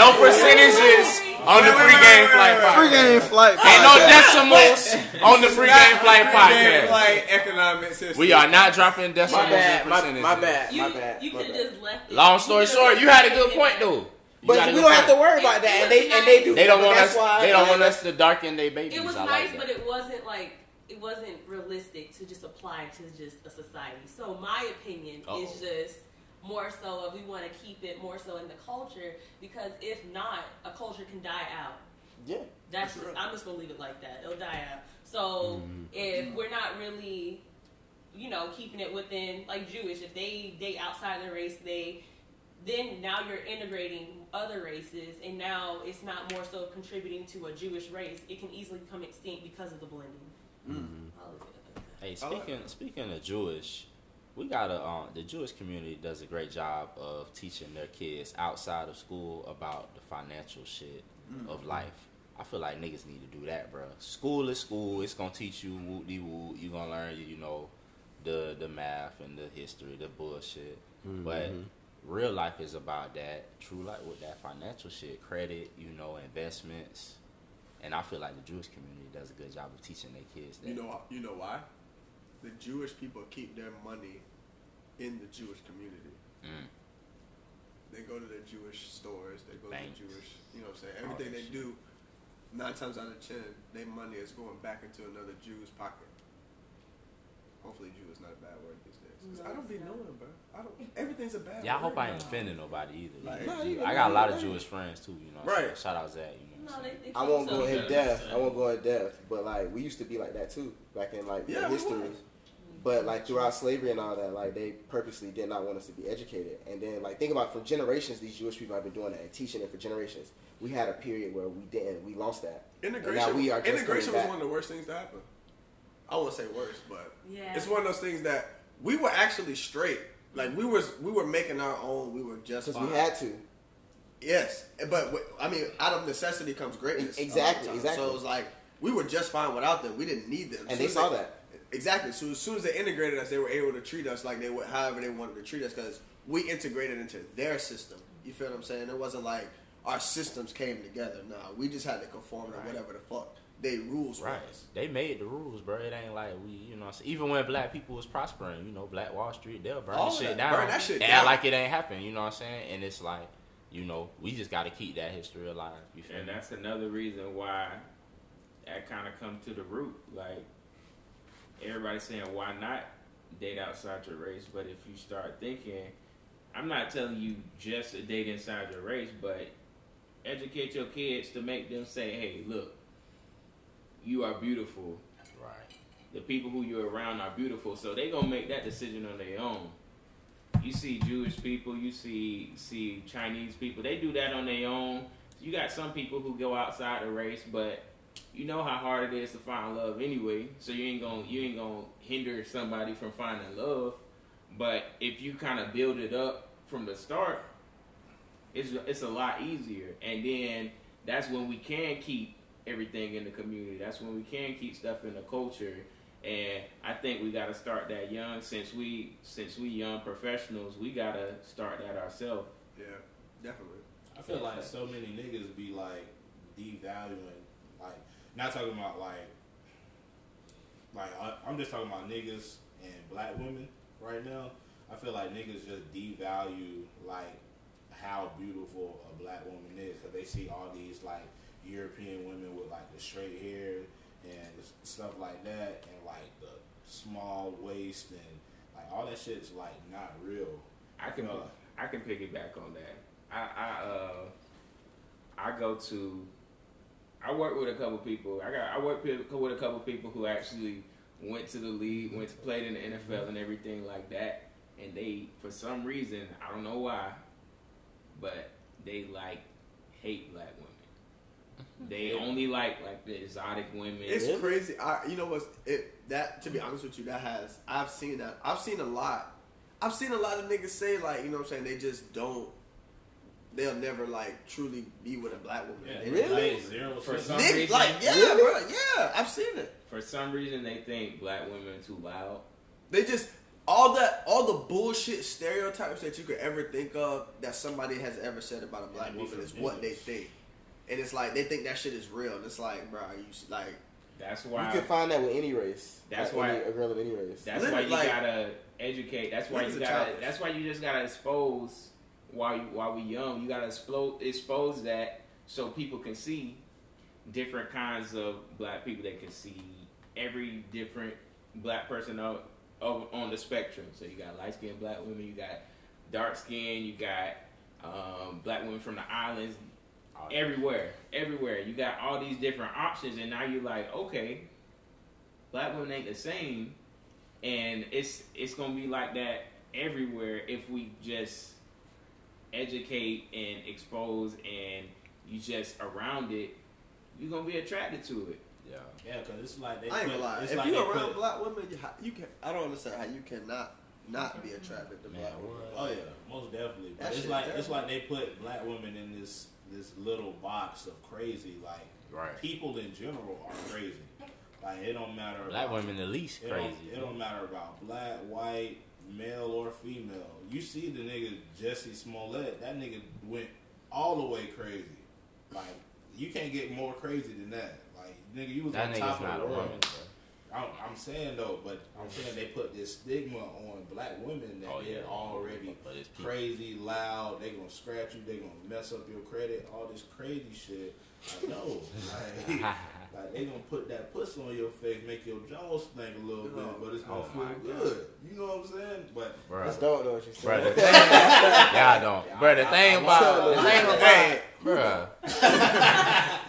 Speaker 3: No percentages on the free game flight podcast.
Speaker 4: Free game flight.
Speaker 3: Ain't no
Speaker 4: podcast.
Speaker 3: decimals on the free game flight podcast.
Speaker 2: Like economic system.
Speaker 3: We are not dropping
Speaker 2: My
Speaker 3: decimals
Speaker 2: bad,
Speaker 3: and
Speaker 2: my-
Speaker 3: percentages.
Speaker 2: my bad,
Speaker 10: You, you could have just left it.
Speaker 3: Long story short, you had a good point though. You got
Speaker 5: But
Speaker 3: a
Speaker 5: we
Speaker 3: good
Speaker 5: don't have to
Speaker 3: point.
Speaker 5: worry about that, and they and they do.
Speaker 3: They don't
Speaker 5: But
Speaker 3: want
Speaker 5: that's
Speaker 3: us.
Speaker 5: why,
Speaker 3: They don't want
Speaker 5: like,
Speaker 3: us to darken their babies.
Speaker 10: It was
Speaker 3: I like
Speaker 10: nice,
Speaker 3: that.
Speaker 10: but it wasn't like it wasn't realistic to just apply it to just a society. So my opinion is
Speaker 3: Uh-oh.
Speaker 10: just more so of we want to keep it more so in the culture because if not, a culture can die out.
Speaker 5: Yeah.
Speaker 10: That's just, I'm just gonna leave it like that. It'll die out. So if we're not really, you know, keeping it within like Jewish, if they date outside their race, they then now you're integrating other races, and now it's not more so contributing to a Jewish race. It can easily become extinct because of the blending. I'll leave it at that.
Speaker 3: Hey, speaking speaking of Jewish, we got to um, the Jewish community does a great job of teaching their kids outside of school about the financial shit
Speaker 2: Mm.
Speaker 3: of life. I feel like niggas need to do that, bro. School is school. It's gonna teach you whoop de whoop. You gonna learn, you know, the the math and the history, the bullshit. But
Speaker 9: Mhm.
Speaker 3: real life is about that true life with that financial shit, credit, you know, investments. And I feel like the Jewish community does a good job of teaching their kids that.
Speaker 2: You know, you know why? The Jewish people keep their money in the Jewish community.
Speaker 3: Mm.
Speaker 2: They go to their Jewish stores. They go
Speaker 3: Banks.
Speaker 2: to the Jewish. You know, what I'm saying everything they do. Nine times out of ten, their money is going back into another Jew's pocket. Hopefully, Jew is not a bad word these days. 'Cause I don't be knowing, bro. I don't. Everything's a bad.
Speaker 3: Yeah, I
Speaker 2: word
Speaker 3: hope I ain't
Speaker 2: now.
Speaker 3: offending nobody either. Like,
Speaker 2: No, you-
Speaker 3: I got a lot of
Speaker 2: no,
Speaker 3: Jewish friends too. You know, what I'm
Speaker 2: Right.
Speaker 3: saying? Shout out Zach. You know, what
Speaker 10: No,
Speaker 3: I'm
Speaker 10: they,
Speaker 3: saying?
Speaker 10: they
Speaker 5: I won't go
Speaker 10: themselves.
Speaker 5: in depth. I won't go in depth, but like we used to be like that too, back in like
Speaker 2: Yeah, we
Speaker 5: history.
Speaker 2: was.
Speaker 5: But like throughout slavery and all that, like they purposely did not want us to be educated. And then like think about for generations, these Jewish people have been doing that and teaching it for generations. We had a period where we didn't, we lost that. And now
Speaker 2: Integration.
Speaker 5: we are just
Speaker 2: integration
Speaker 5: coming
Speaker 2: was
Speaker 5: back.
Speaker 2: one of the worst things to happen. I won't say worst, but
Speaker 10: Yeah.
Speaker 2: it's one of those things that we were actually straight. Like we was we were making our own. We were just
Speaker 5: because we
Speaker 2: fine.
Speaker 5: had to.
Speaker 2: Yes, but w- I mean, out of necessity comes greatness.
Speaker 5: Exactly,
Speaker 2: a lot of times.
Speaker 5: exactly.
Speaker 2: So it was like we were just fine without them. We didn't need them.
Speaker 5: And
Speaker 2: As
Speaker 5: they
Speaker 2: soon as
Speaker 5: saw that.
Speaker 2: Exactly. So as soon as they integrated us, they were able to treat us like they would, however they wanted to treat us, because we integrated into their system. You feel what I'm saying? It wasn't like our systems came together. No, we just had to conform to whatever the fuck they rules
Speaker 3: Right.
Speaker 2: was.
Speaker 3: They made the rules, bro. It ain't like we, you know, what I'm saying? even when black people was prospering, you know, Black Wall Street, they'll burn
Speaker 2: All
Speaker 3: the
Speaker 2: of
Speaker 3: shit
Speaker 2: that.
Speaker 3: down.
Speaker 2: Burn that shit
Speaker 3: They act
Speaker 2: down.
Speaker 3: like it ain't happened. You know what I'm saying? And it's like, you know, we just got to keep that history alive. You feel
Speaker 6: And
Speaker 3: me?
Speaker 6: that's another reason why that kind of come to the root. Like everybody's saying, why not date outside your race? But if you start thinking, I'm not telling you just to date inside your race, but educate your kids to make them say, hey, look, you are beautiful.
Speaker 3: Right.
Speaker 6: The people who you're around are beautiful, so they gonna make that decision on their own. You see Jewish people, you see see Chinese people, they do that on their own. You got some people who go outside the race, but you know how hard it is to find love anyway. So you ain't gonna you ain't gonna hinder somebody from finding love. But if you kind of build it up from the start, it's it's a lot easier. And then that's when we can keep everything in the community. That's when we can keep stuff in the culture. And I think we got to start that young. Since we since we young professionals, we got to start that ourselves.
Speaker 2: Yeah, definitely.
Speaker 7: I feel like so many niggas be like devaluing, like not talking about like, like I, I'm just talking about niggas and black women right now. I feel like niggas just devalue like how beautiful a black woman is. Cause they see all these like European women with like the straight hair and stuff like that, and like the small waist and like all that shit's like not real.
Speaker 6: I can
Speaker 7: Uh,
Speaker 6: I can piggyback on that. I I uh I go to I work with a couple people. I got I work with with a couple people who actually went to the league, went to played in the NFL and everything like that. And they for some reason I don't know why, but they like hate black women. They only like like the exotic women.
Speaker 2: It's crazy. I, you know what's it that to be honest with you, that has I've seen that. I've seen a lot. I've seen a lot of niggas say like, you know what I'm saying, they just don't they'll never like truly be with a black woman.
Speaker 6: Yeah,
Speaker 2: They-
Speaker 6: really? Like, zero For some
Speaker 2: Niggas,
Speaker 6: reason.
Speaker 2: like yeah,
Speaker 6: Really?
Speaker 2: bro, yeah, I've seen it.
Speaker 6: For some reason they think black women are too loud.
Speaker 2: They just all that all the bullshit stereotypes that you could ever think of that somebody has ever said about a black woman is what they think. And it's like they think that shit is real. And it's like, bro, you s- like
Speaker 6: That's
Speaker 5: You can find that with any race.
Speaker 6: That's
Speaker 5: Like,
Speaker 6: why-
Speaker 5: any, a girl of any race.
Speaker 6: That's why you gotta educate. That's why
Speaker 5: Niggas
Speaker 6: you
Speaker 5: are
Speaker 6: gotta.
Speaker 5: childish.
Speaker 6: That's why you just gotta expose while you while we young. You gotta expose expose that so people can see different kinds of black people. They can see every different black person on of- on the spectrum. So you got light skinned black women. You got dark skin. You got um, black women from the islands. Everywhere, everywhere. You got all these different options, and now you're like, okay, black women ain't the same and it's it's gonna be like that everywhere if we just educate and expose and you just around it you're gonna be attracted to it
Speaker 7: yeah yeah because it's like they
Speaker 2: I ain't
Speaker 7: put-
Speaker 2: gonna lie.
Speaker 7: it's
Speaker 2: If
Speaker 7: like
Speaker 2: you
Speaker 7: they
Speaker 2: around
Speaker 7: put-
Speaker 2: black women, you, how- you can. I don't understand how you cannot not be attracted to black women.
Speaker 7: Oh yeah, most definitely. But
Speaker 2: That
Speaker 7: it's
Speaker 2: shit
Speaker 7: like
Speaker 2: terrible.
Speaker 7: it's like they put black women in this this little box of crazy. Like
Speaker 3: Right.
Speaker 7: people in general are crazy. Like it don't matter.
Speaker 3: Black
Speaker 7: about-
Speaker 3: women the least
Speaker 7: it don't-
Speaker 3: crazy.
Speaker 7: it don't matter about black, white, male or female. You see the nigga Jesse Smollett. That nigga went all the way crazy. Like you can't get more crazy than that. Like nigga, you was
Speaker 3: That
Speaker 7: on
Speaker 3: nigga's
Speaker 7: top
Speaker 3: not
Speaker 7: of
Speaker 3: a
Speaker 7: the world.
Speaker 3: woman,
Speaker 7: I'm, I'm saying though, but I'm saying they put this stigma on black women
Speaker 3: Oh,
Speaker 7: that they're already crazy, loud. They gonna scratch you. They gonna mess up your credit. All this crazy shit.
Speaker 3: [LAUGHS]
Speaker 7: Like, no, like, like, they gonna put that pussy on your face, make your jaws sting a little bit, but it's gonna
Speaker 3: Oh, my
Speaker 7: feel good. You know what I'm saying? But
Speaker 3: Bruh.
Speaker 5: Just don't know what you're
Speaker 3: Bruh,
Speaker 7: [LAUGHS]
Speaker 3: the
Speaker 5: saying.
Speaker 3: thing, y'all don't. Bruh, the thing about the thing about hey, bruh.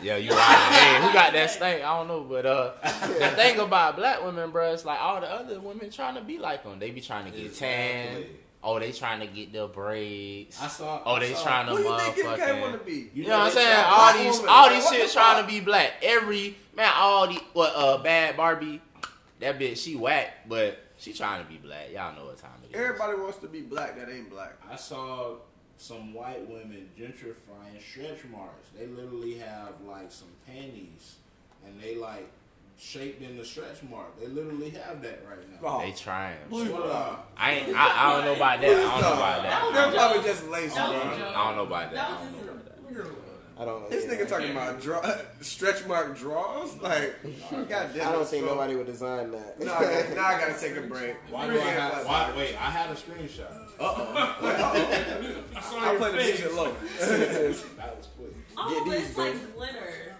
Speaker 3: yeah, you right. Hey, who got that stain? I don't know, but uh, the thing about black women, bruh, it's like all the other women trying to be like them. They be trying to get tan. Oh, they trying to get their braids.
Speaker 7: I saw-
Speaker 3: Oh,
Speaker 7: I
Speaker 3: they
Speaker 7: saw-
Speaker 3: trying to
Speaker 7: Who you think MK
Speaker 3: motherfucking.
Speaker 7: wanna be?
Speaker 3: You
Speaker 7: You
Speaker 3: know
Speaker 7: know
Speaker 3: what I'm
Speaker 7: they
Speaker 3: saying?
Speaker 7: trying-
Speaker 3: All
Speaker 7: Black
Speaker 3: these,
Speaker 7: woman,
Speaker 3: all
Speaker 7: like,
Speaker 3: these
Speaker 7: what
Speaker 3: shit
Speaker 7: the
Speaker 3: trying to be black. Every man, all the what uh, bad Barbie. That bitch, she whack, but she trying to be black. Y'all know what time it is.
Speaker 2: Everybody wants to be black that ain't black.
Speaker 7: I saw some white women gentrifying stretch marks. They literally have like some panties, and they like shaped in the stretch mark. They literally have that right now. [LAUGHS]
Speaker 3: They trying.
Speaker 7: Please, uh,
Speaker 3: I ain't. I, I don't know about that. I don't know about that. I don't know about that.
Speaker 2: just lazy,
Speaker 3: I
Speaker 2: bro.
Speaker 3: don't know about that. I don't know.
Speaker 5: I don't know.
Speaker 2: This nigga talking about draw, [LAUGHS] stretch mark draws? Like, oh, goddamn.
Speaker 5: I don't
Speaker 2: that's
Speaker 5: think
Speaker 2: so-
Speaker 5: nobody would design that.
Speaker 2: Nah, I- nah, I gotta take a break.
Speaker 7: Why do I have? Why, wait, I had a screenshot.
Speaker 2: Uh-oh. I play the music low.
Speaker 7: that was quick.
Speaker 10: Oh, but
Speaker 2: Get
Speaker 10: it's
Speaker 2: these,
Speaker 10: like glitter.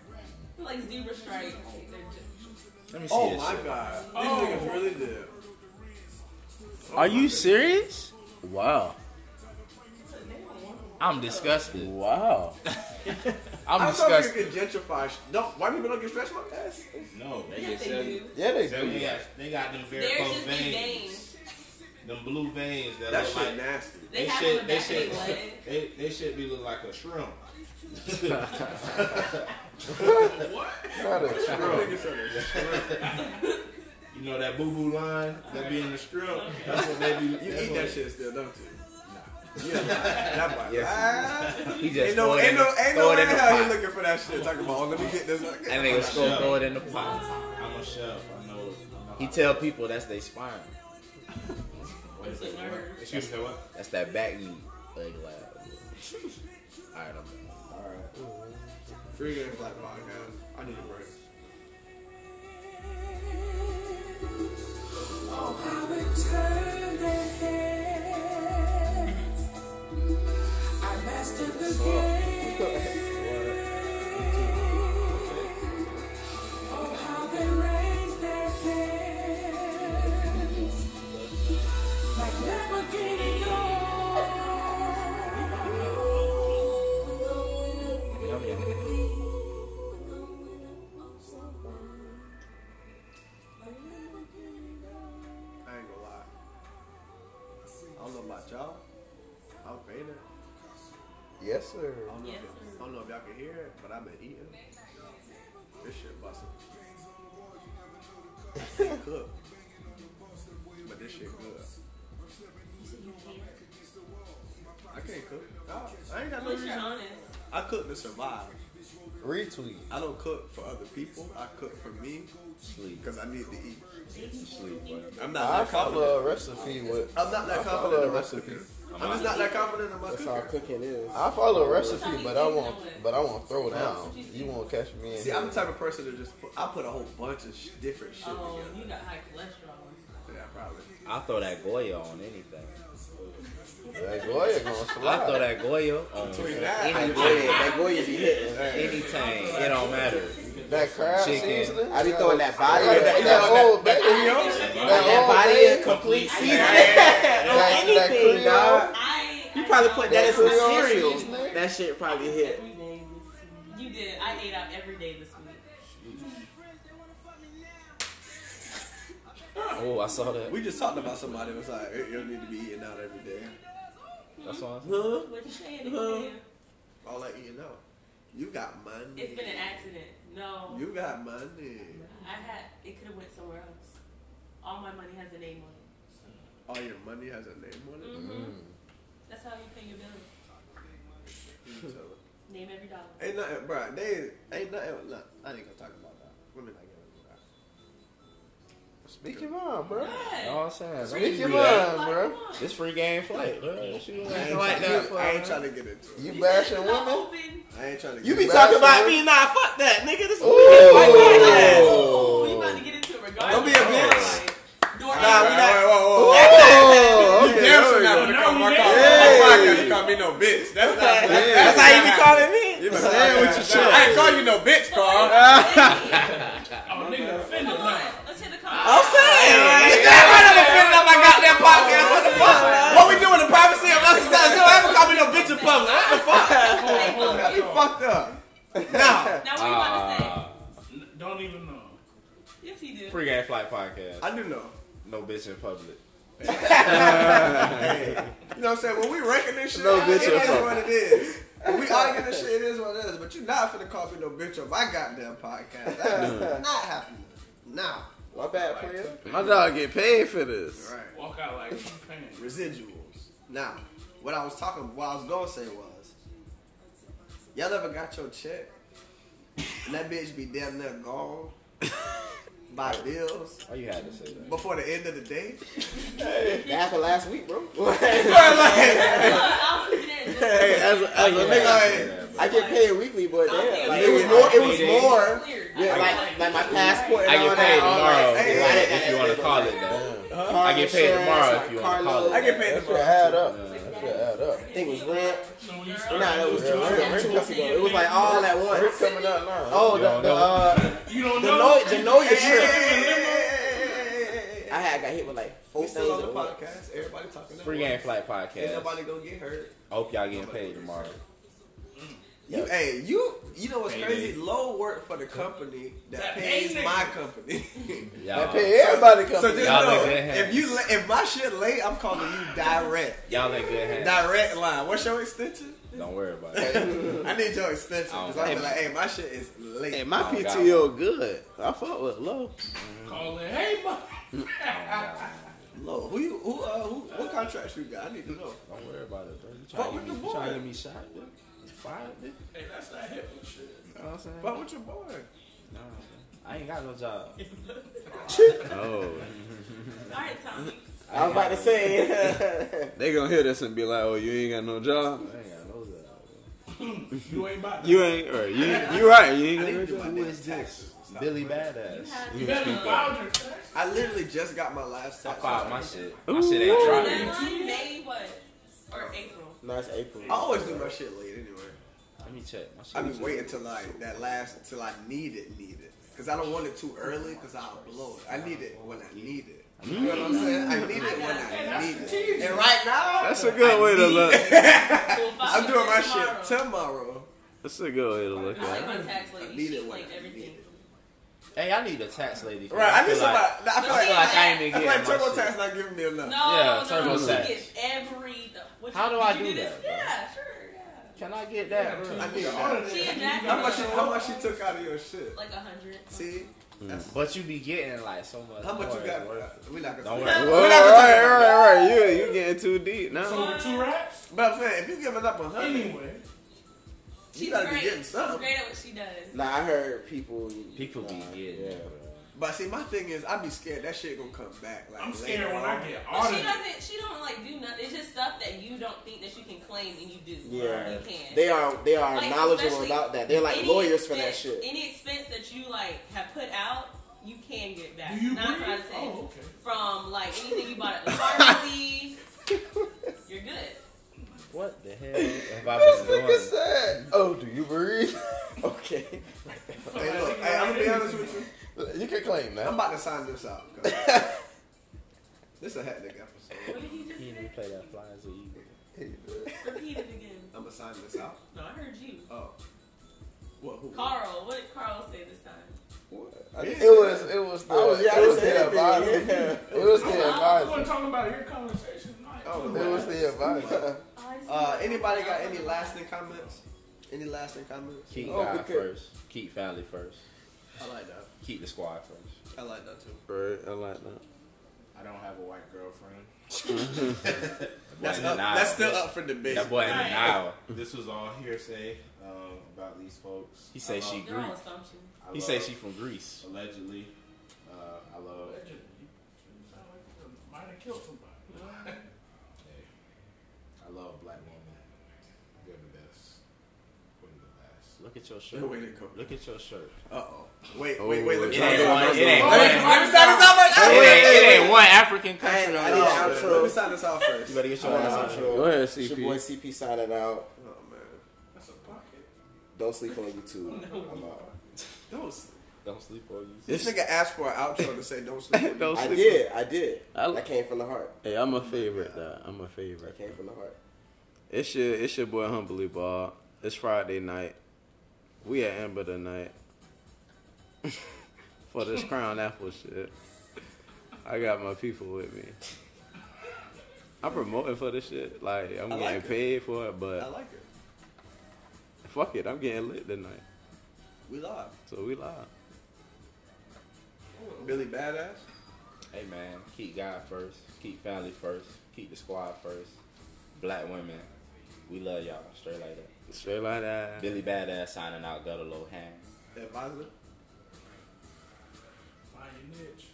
Speaker 10: Like zebra stripes. They're just-
Speaker 3: Let me see
Speaker 2: Oh
Speaker 3: this
Speaker 2: my
Speaker 3: shit.
Speaker 2: god. These
Speaker 10: Oh.
Speaker 2: niggas really did.
Speaker 3: Are you serious? Wow. I'm disgusted. Wow. I'm
Speaker 2: I thought you
Speaker 3: disgusted.
Speaker 2: could gentrify. sh- Don't, white people don't get stretch marks?
Speaker 7: No,
Speaker 2: They Yes, get they seven- do.
Speaker 5: Yeah, they
Speaker 7: seven-
Speaker 5: do.
Speaker 7: yeah, They got them
Speaker 10: They're
Speaker 7: varicose
Speaker 10: just these
Speaker 7: veins.
Speaker 10: veins.
Speaker 7: Them blue veins that,
Speaker 2: That
Speaker 7: look
Speaker 2: shit
Speaker 7: like [LAUGHS]
Speaker 2: nasty.
Speaker 10: They have them in
Speaker 7: they
Speaker 10: back of
Speaker 7: should,
Speaker 10: their leg.
Speaker 7: they, they should be look like a shrimp. [LAUGHS]
Speaker 10: What?
Speaker 5: Not a
Speaker 7: shrimp. you know that boo boo line that be in the shrimp. That's what they be.
Speaker 2: You
Speaker 7: that's
Speaker 2: eat
Speaker 7: what-
Speaker 2: that shit still, don't you? Yeah, that boy. Ah.
Speaker 3: He just
Speaker 2: ain't no,
Speaker 3: throw it
Speaker 2: ain't
Speaker 3: in
Speaker 2: no,
Speaker 3: the-
Speaker 2: ain't
Speaker 3: throw
Speaker 2: no
Speaker 3: it
Speaker 2: way
Speaker 3: in the
Speaker 2: how
Speaker 3: pot.
Speaker 2: he looking for that shit. Talking about, oh, let me get this. That
Speaker 3: That nigga still throw it in the pot.
Speaker 7: I'm a chef. I know.
Speaker 3: He tell people that's they spine.
Speaker 7: [LAUGHS] What is it? What? Excuse me. What?
Speaker 3: That's that back knee. Like, like, all right, I'm done.
Speaker 7: All right.
Speaker 2: Free game black podcast. I need a break.
Speaker 13: I mess
Speaker 2: I ain't gonna lie. I don't know about y'all. I'm faded.
Speaker 12: Yes, sir.
Speaker 2: I don't know, if, I don't know if y'all can hear it, but I've been eating. This shit busting. It cooked. But this shit good. I can't cook. I, I ain't got no
Speaker 10: What's your
Speaker 2: reason.
Speaker 10: honest?
Speaker 2: I cook to survive.
Speaker 12: Retweet.
Speaker 2: I don't cook for other people. I cook for me.
Speaker 12: Sleep.
Speaker 2: Because I need to eat.
Speaker 12: Sleep.
Speaker 2: I'm not
Speaker 12: I
Speaker 2: that confident.
Speaker 12: follow a recipe with.
Speaker 2: I'm not
Speaker 12: I
Speaker 2: that
Speaker 12: follow
Speaker 2: confident
Speaker 12: a
Speaker 2: in my cooking. I'm just not that confident in my
Speaker 5: That's
Speaker 2: cooking.
Speaker 5: how cooking is.
Speaker 12: I follow a recipe, but I won't. But I won't throw down. You won't catch me in.
Speaker 2: See, I'm the
Speaker 12: here.
Speaker 2: type of person that just put, I put a whole bunch of sh- different shit
Speaker 10: Oh,
Speaker 2: together.
Speaker 10: you got high cholesterol.
Speaker 2: Yeah, probably.
Speaker 3: I throw that Goya on anything.
Speaker 12: That Goya gonna slide.
Speaker 3: [LAUGHS] I throw that Goya on
Speaker 12: Between
Speaker 3: anything.
Speaker 12: that and
Speaker 5: Goya, that Goya be hitting.
Speaker 3: Anything. It don't matter.
Speaker 12: That crab
Speaker 3: Chicken.
Speaker 12: seasoning.
Speaker 5: I be throwing that body.
Speaker 12: Like that, that old baby.
Speaker 5: That body is complete seasoning.
Speaker 12: That-
Speaker 5: On
Speaker 12: that
Speaker 5: anything,
Speaker 12: Creole.
Speaker 5: dog. You probably put that in some
Speaker 12: Creole
Speaker 5: cereal.
Speaker 12: seasoning.
Speaker 5: [LAUGHS] That shit probably hit.
Speaker 10: Every day this week. You did. I ate out every day this week.
Speaker 3: Oh, I saw that.
Speaker 2: We just talked about somebody that was like, you don't need to be eating out every day.
Speaker 3: That's all.
Speaker 2: Huh?
Speaker 10: What you saying? again?
Speaker 2: All that eating out. You got money.
Speaker 10: It's been an accident. No.
Speaker 2: You got money.
Speaker 10: I had. It could have went somewhere else. All my money has a name on it.
Speaker 2: All your money has a name on it.
Speaker 10: Mhm. That's how you pay your bills.
Speaker 2: You tell it.
Speaker 10: Name every dollar.
Speaker 2: Ain't nothing, bro. They ain't nothing. Look, I ain't gonna talk about that. Women not giving
Speaker 12: Speak your mind, bro.
Speaker 3: You know what I'm
Speaker 5: Oh,
Speaker 3: saying?
Speaker 12: Speak your
Speaker 3: Free-
Speaker 12: mind, bro.
Speaker 3: This free game flight, bro. What you
Speaker 2: I
Speaker 3: acting
Speaker 2: ain't,
Speaker 3: like that
Speaker 2: trying,
Speaker 3: for?
Speaker 2: I ain't trying to get into it.
Speaker 12: You bashing women?
Speaker 10: Open.
Speaker 2: I ain't trying to.
Speaker 5: You
Speaker 2: Get
Speaker 5: be
Speaker 2: into it.
Speaker 5: talking about me, nah, fuck that, nigga. This is a weekend fight podcast.
Speaker 10: Oh, we about to get into it regardless.
Speaker 5: Don't be a bitch.
Speaker 2: [LAUGHS]
Speaker 10: Like, door
Speaker 5: Nah, we
Speaker 10: open.
Speaker 5: not.
Speaker 12: Oh, okay.
Speaker 1: Never not gonna come. My podcast call me no bitch. That's not.
Speaker 5: That's how you be calling me.
Speaker 1: You I ain't call you no bitch, Carl.
Speaker 8: Oh, nigga, offended
Speaker 10: Come
Speaker 8: now.
Speaker 10: on, let's hit the comments.
Speaker 5: I'm saying, like, that might have offended up my goddamn podcast. What the fuck? What we doing in the privacy of us? You don't ever call me no bitch in public. What the fuck?
Speaker 10: Hey, hold on.
Speaker 2: You fucked up.
Speaker 5: Nah.
Speaker 10: Now what you about
Speaker 3: Ah.
Speaker 10: to say?
Speaker 8: N- Don't even know.
Speaker 10: Yes, he did. [LAUGHS]
Speaker 3: Free game flight podcast.
Speaker 2: I do know.
Speaker 3: No bitch in public.
Speaker 2: You know what I'm saying? When we ranking this shit,
Speaker 12: No
Speaker 2: out,
Speaker 12: bitch
Speaker 2: it
Speaker 12: or
Speaker 2: is
Speaker 12: something.
Speaker 2: what it is.
Speaker 5: [LAUGHS]
Speaker 2: When we arguing this shit, it is what it is. But you're not finna call me no bitch on my goddamn podcast. That is not happening. Nah.
Speaker 5: My bad, player.
Speaker 12: My dog get paid for this.
Speaker 2: Right.
Speaker 8: Walk out like some pants.
Speaker 2: Residuals. Now, what I was talking, what I was gonna say was, y'all ever got your check and that bitch be damn near gone by bills
Speaker 3: Why you had to say that?
Speaker 2: before the end of the day?
Speaker 5: That happened last week, bro.
Speaker 10: I was sitting there just-
Speaker 12: As a, as a
Speaker 2: Like,
Speaker 12: nigga,
Speaker 5: I get paid weekly, but damn, like, it was
Speaker 10: Yeah.
Speaker 5: more. It was more.
Speaker 10: Clear.
Speaker 5: Yeah, like, like my passport and
Speaker 3: I
Speaker 5: all
Speaker 3: get
Speaker 5: that.
Speaker 3: paid
Speaker 5: all
Speaker 3: tomorrow
Speaker 5: that.
Speaker 3: if,
Speaker 5: I didn't-
Speaker 3: if you want to call it that.
Speaker 5: Car
Speaker 3: I get paid
Speaker 5: insurance,
Speaker 3: tomorrow
Speaker 5: my
Speaker 3: if you wanna
Speaker 5: car
Speaker 3: call it.
Speaker 5: load.
Speaker 2: I get paid
Speaker 12: that should
Speaker 2: tomorrow.
Speaker 12: add up. That should add up.
Speaker 5: I think it was rent.
Speaker 8: So when you
Speaker 5: No,
Speaker 8: start,
Speaker 5: that was two,
Speaker 12: Yeah.
Speaker 5: two weeks ago. It was like all at
Speaker 12: Drip
Speaker 5: once.
Speaker 12: coming out now.
Speaker 5: Oh,
Speaker 3: You
Speaker 5: the
Speaker 3: don't
Speaker 5: the
Speaker 3: know.
Speaker 5: uh,
Speaker 8: you don't
Speaker 5: the
Speaker 8: know.
Speaker 5: know the know your
Speaker 2: Hey, hey,
Speaker 5: trip.
Speaker 2: hey, hey, hey, hey, hey, hey.
Speaker 5: I had got hit with like four
Speaker 2: We
Speaker 5: things
Speaker 2: still on the
Speaker 5: at once.
Speaker 2: podcast. Everybody talking. at
Speaker 3: Free
Speaker 2: once.
Speaker 3: game flight
Speaker 2: Ain't
Speaker 3: podcast.
Speaker 2: nobody gonna get hurt.
Speaker 3: Hope y'all getting paid tomorrow.
Speaker 2: You, hey, you, you know what's
Speaker 6: Payday.
Speaker 2: crazy? Low work for the company that,
Speaker 8: That
Speaker 2: pays
Speaker 8: pay
Speaker 2: my
Speaker 8: niggas.
Speaker 3: [LAUGHS]
Speaker 2: company.
Speaker 12: That
Speaker 3: Y'all,
Speaker 12: pay everybody
Speaker 2: so
Speaker 12: coming.
Speaker 2: just
Speaker 3: Y'all
Speaker 2: know,
Speaker 3: in good hands.
Speaker 2: if you, la- if my shit late, I'm calling you direct,
Speaker 3: y'all in good hands.
Speaker 2: direct line. What's your extension?
Speaker 3: Don't worry about it.
Speaker 2: I need your extension because I'm
Speaker 3: Hey,
Speaker 2: like, hey, my shit is late.
Speaker 12: Hey, my
Speaker 3: Oh, God.
Speaker 12: PTO good. I fuck with low.
Speaker 8: Call it, hey, bro.
Speaker 2: Low. Who you? Who? Uh, who? What contracts you got? I need to know.
Speaker 3: Don't worry about it, bro. You
Speaker 2: Fuck
Speaker 3: trying to
Speaker 2: with
Speaker 3: get me,
Speaker 2: the
Speaker 3: you trying
Speaker 2: boy.
Speaker 3: to get me shot, dude? Fired, dude?
Speaker 8: [LAUGHS] Hey, that's not hip hop shit.
Speaker 3: You know what I'm saying?
Speaker 2: Fuck with your boy.
Speaker 3: Nah, man. I ain't got no job.
Speaker 12: Oh,
Speaker 10: All right, Tommy.
Speaker 5: I was about to say.
Speaker 12: they gonna hear this and be like, "Oh, you ain't got no job.
Speaker 3: I ain't got no job.
Speaker 8: You ain't about to.
Speaker 12: You ain't. Or you, you right. You ain't got no job."
Speaker 3: Who is this? Billy
Speaker 10: You
Speaker 3: Badass.
Speaker 10: had
Speaker 8: You better louder.
Speaker 2: I literally just got my last
Speaker 3: I
Speaker 2: tax.
Speaker 3: filed my shit. My shit ain't dropped yet.
Speaker 10: deadline May what? Or April?
Speaker 5: No, it's April.
Speaker 2: I always do my shit late anyway.
Speaker 3: Let me check. My shit
Speaker 2: I be
Speaker 3: is-
Speaker 2: waiting till like that last till I need it, need it. Cause I don't want it too early, cause I'll blow it. I need it when I need it. You know what I'm saying? I need it when I need it. And right now,
Speaker 13: That's a good
Speaker 2: I
Speaker 13: way to
Speaker 2: need
Speaker 13: look.
Speaker 2: it. I'm doing my shit tomorrow.
Speaker 13: That's a good way to look
Speaker 10: I like
Speaker 13: at
Speaker 10: my
Speaker 13: it.
Speaker 10: tax lady.
Speaker 2: I need
Speaker 10: she
Speaker 2: it when
Speaker 10: explained everything.
Speaker 3: Hey, I need a tax lady. 'cause
Speaker 2: Right, I need
Speaker 3: feel
Speaker 2: somebody.
Speaker 3: like-
Speaker 2: I feel
Speaker 3: I feel like I ain't been
Speaker 2: I feel like
Speaker 3: getting my
Speaker 2: TurboTax
Speaker 3: shit.
Speaker 2: not giving me
Speaker 10: No,
Speaker 2: enough.
Speaker 3: Yeah,
Speaker 10: no, no,
Speaker 3: TurboTax.
Speaker 10: She gets every. what
Speaker 3: How
Speaker 10: you-
Speaker 3: do I
Speaker 10: did you
Speaker 3: do that,
Speaker 10: this?
Speaker 3: bro?
Speaker 10: Yeah, sure.
Speaker 3: Can I get that? bro?
Speaker 2: I need
Speaker 10: She a
Speaker 2: that.
Speaker 10: jack-
Speaker 2: How much? How much she took out of your shit?
Speaker 10: Like a hundred.
Speaker 2: See,
Speaker 3: But you be getting like so much.
Speaker 2: How much
Speaker 3: more
Speaker 2: you
Speaker 3: at work.
Speaker 2: got? We not gonna.
Speaker 3: Don't
Speaker 2: we
Speaker 3: worry.
Speaker 2: not
Speaker 13: All
Speaker 2: gonna
Speaker 13: right,
Speaker 2: talk about
Speaker 13: all
Speaker 2: that.
Speaker 13: right, all right. You you getting too deep now.
Speaker 8: two raps?
Speaker 2: But I'm saying, if you giving up a hundred,
Speaker 10: She's
Speaker 2: you gotta
Speaker 10: great.
Speaker 2: be getting
Speaker 10: She's
Speaker 2: something.
Speaker 10: great at what she does.
Speaker 5: [LAUGHS] Nah, I heard people.
Speaker 3: People be getting. it, bro.
Speaker 2: But see, my thing is, I be scared that shit gonna come back. Like
Speaker 8: I'm
Speaker 2: later
Speaker 8: scared when I
Speaker 2: on.
Speaker 8: get
Speaker 10: But she doesn't. She don't like do nothing. It's just stuff that you don't think that you can claim, and you do.
Speaker 5: Yeah,
Speaker 10: you can.
Speaker 5: they are they are
Speaker 10: Like,
Speaker 5: knowledgeable
Speaker 10: especially
Speaker 5: about that. They're like
Speaker 10: any
Speaker 5: lawyers for that
Speaker 10: expense-
Speaker 5: shit.
Speaker 10: Any expense that you like have put out, you can get back.
Speaker 8: Do you
Speaker 10: Nine
Speaker 8: breathe?
Speaker 10: times out of
Speaker 8: Oh,
Speaker 10: ten.
Speaker 8: okay.
Speaker 10: From [LAUGHS] like anything you bought at the [LAUGHS] pharmacy, you're good.
Speaker 3: What the hell have I
Speaker 5: [LAUGHS]
Speaker 3: been doing?
Speaker 12: said, "Oh, do you breathe?"
Speaker 5: okay.
Speaker 2: Hey, look, hey, I'm gonna be honest with you.
Speaker 12: You can claim
Speaker 2: I'm
Speaker 12: that.
Speaker 2: about to sign this out.
Speaker 3: [LAUGHS]
Speaker 2: 'cause this a hectic episode.
Speaker 10: What did he just
Speaker 3: He
Speaker 10: say?
Speaker 3: didn't play that flying so you.
Speaker 10: Repeat it again.
Speaker 2: I'm gonna sign this out.
Speaker 10: No, I heard you.
Speaker 2: Oh, what? Who?
Speaker 10: Carl, what did Carl say this time?
Speaker 12: It was it was the
Speaker 5: I was- yeah, I
Speaker 12: it was
Speaker 5: didn't say
Speaker 12: the advisor.
Speaker 5: anything, yeah.
Speaker 12: It was the
Speaker 8: I'm going to
Speaker 12: advisor.
Speaker 8: talk about your conversation tonight.
Speaker 2: Oh,
Speaker 12: It was the advisor.
Speaker 2: Uh, anybody got any lasting comments? Any lasting comments?
Speaker 3: Keep
Speaker 5: Oh,
Speaker 3: God
Speaker 5: because-
Speaker 3: first. Keep family first.
Speaker 2: I like that.
Speaker 3: Keep the squad first.
Speaker 2: I like that too.
Speaker 13: Right, I like that.
Speaker 7: I don't have a white girlfriend.
Speaker 2: That's,
Speaker 3: in
Speaker 2: up,
Speaker 3: denial.
Speaker 2: that's still up for debate.
Speaker 3: That boy in
Speaker 10: Right.
Speaker 3: denial.
Speaker 7: This was all hearsay um, about these folks.
Speaker 3: He said
Speaker 7: I love-
Speaker 3: she
Speaker 10: They're all
Speaker 3: Greek.
Speaker 10: assumptions.
Speaker 7: I
Speaker 3: He
Speaker 7: love-
Speaker 3: said she from Greece.
Speaker 7: allegedly. Uh, I love.
Speaker 8: Might have killed somebody.
Speaker 7: I love black women. They're the best. We're the last.
Speaker 3: Look at your shirt.
Speaker 2: Way to go.
Speaker 3: Look at your shirt.
Speaker 2: Uh oh. Wait, wait, wait. Let me
Speaker 3: It
Speaker 2: sign this
Speaker 3: ain't one.
Speaker 2: out.
Speaker 3: It ain't
Speaker 2: Let me-
Speaker 3: one.
Speaker 2: Let me sign this out first.
Speaker 3: It
Speaker 2: Wait, wait,
Speaker 3: ain't,
Speaker 2: wait,
Speaker 3: it
Speaker 2: wait.
Speaker 3: ain't one African country on
Speaker 5: I didn't-
Speaker 3: this.
Speaker 5: I didn't-
Speaker 2: Let me sign this out first.
Speaker 3: You better get
Speaker 5: I
Speaker 3: your
Speaker 5: want an
Speaker 3: ass out.
Speaker 5: outro.
Speaker 13: Go ahead,
Speaker 5: It's
Speaker 13: CP.
Speaker 5: Your boy CP signing out.
Speaker 2: Oh man.
Speaker 8: That's a pocket.
Speaker 5: Don't sleep on YouTube. I'm out.
Speaker 2: Don't s-
Speaker 3: Don't sleep on you.
Speaker 2: This nigga asked for an outro to say don't sleep. on me.
Speaker 13: Don't
Speaker 5: I
Speaker 13: sleep
Speaker 5: did. I did.
Speaker 13: I-
Speaker 5: That came from the heart.
Speaker 13: Hey, I'm a favorite though. I'm a
Speaker 5: That
Speaker 13: favorite.
Speaker 5: came from the heart.
Speaker 13: It's your it's your boy Humbly Ball. It's Friday night. We at Amber tonight. [LAUGHS] For this crown apple shit. I got my people with me. I'm promoting for this shit. Like I'm
Speaker 2: I
Speaker 13: getting
Speaker 2: like it.
Speaker 13: paid for it,
Speaker 2: I
Speaker 13: but
Speaker 2: like it.
Speaker 13: fuck it, I'm getting lit tonight.
Speaker 2: We live.
Speaker 13: So we live.
Speaker 2: Billy Badass.
Speaker 3: Hey man, keep God first. Keep family first. Keep the squad first. Black women, we love y'all. Straight like that.
Speaker 13: Straight like that.
Speaker 3: Billy Badass signing out. Got a low hand.
Speaker 2: Advisor.
Speaker 8: Find your niche.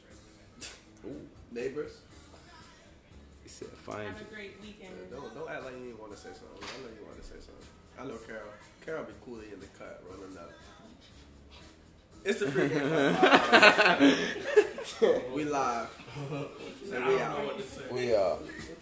Speaker 2: Neighbors.
Speaker 13: He said, find
Speaker 10: Have a great weekend.
Speaker 2: Don't don't act like you didn't want to say something. I know you want to say something. I know Carol. Carol be coolly in the cut, rolling up. It's the free game. Podcast. we live. And we
Speaker 8: I don't know
Speaker 2: out.
Speaker 8: what to say.
Speaker 12: We uh.
Speaker 2: We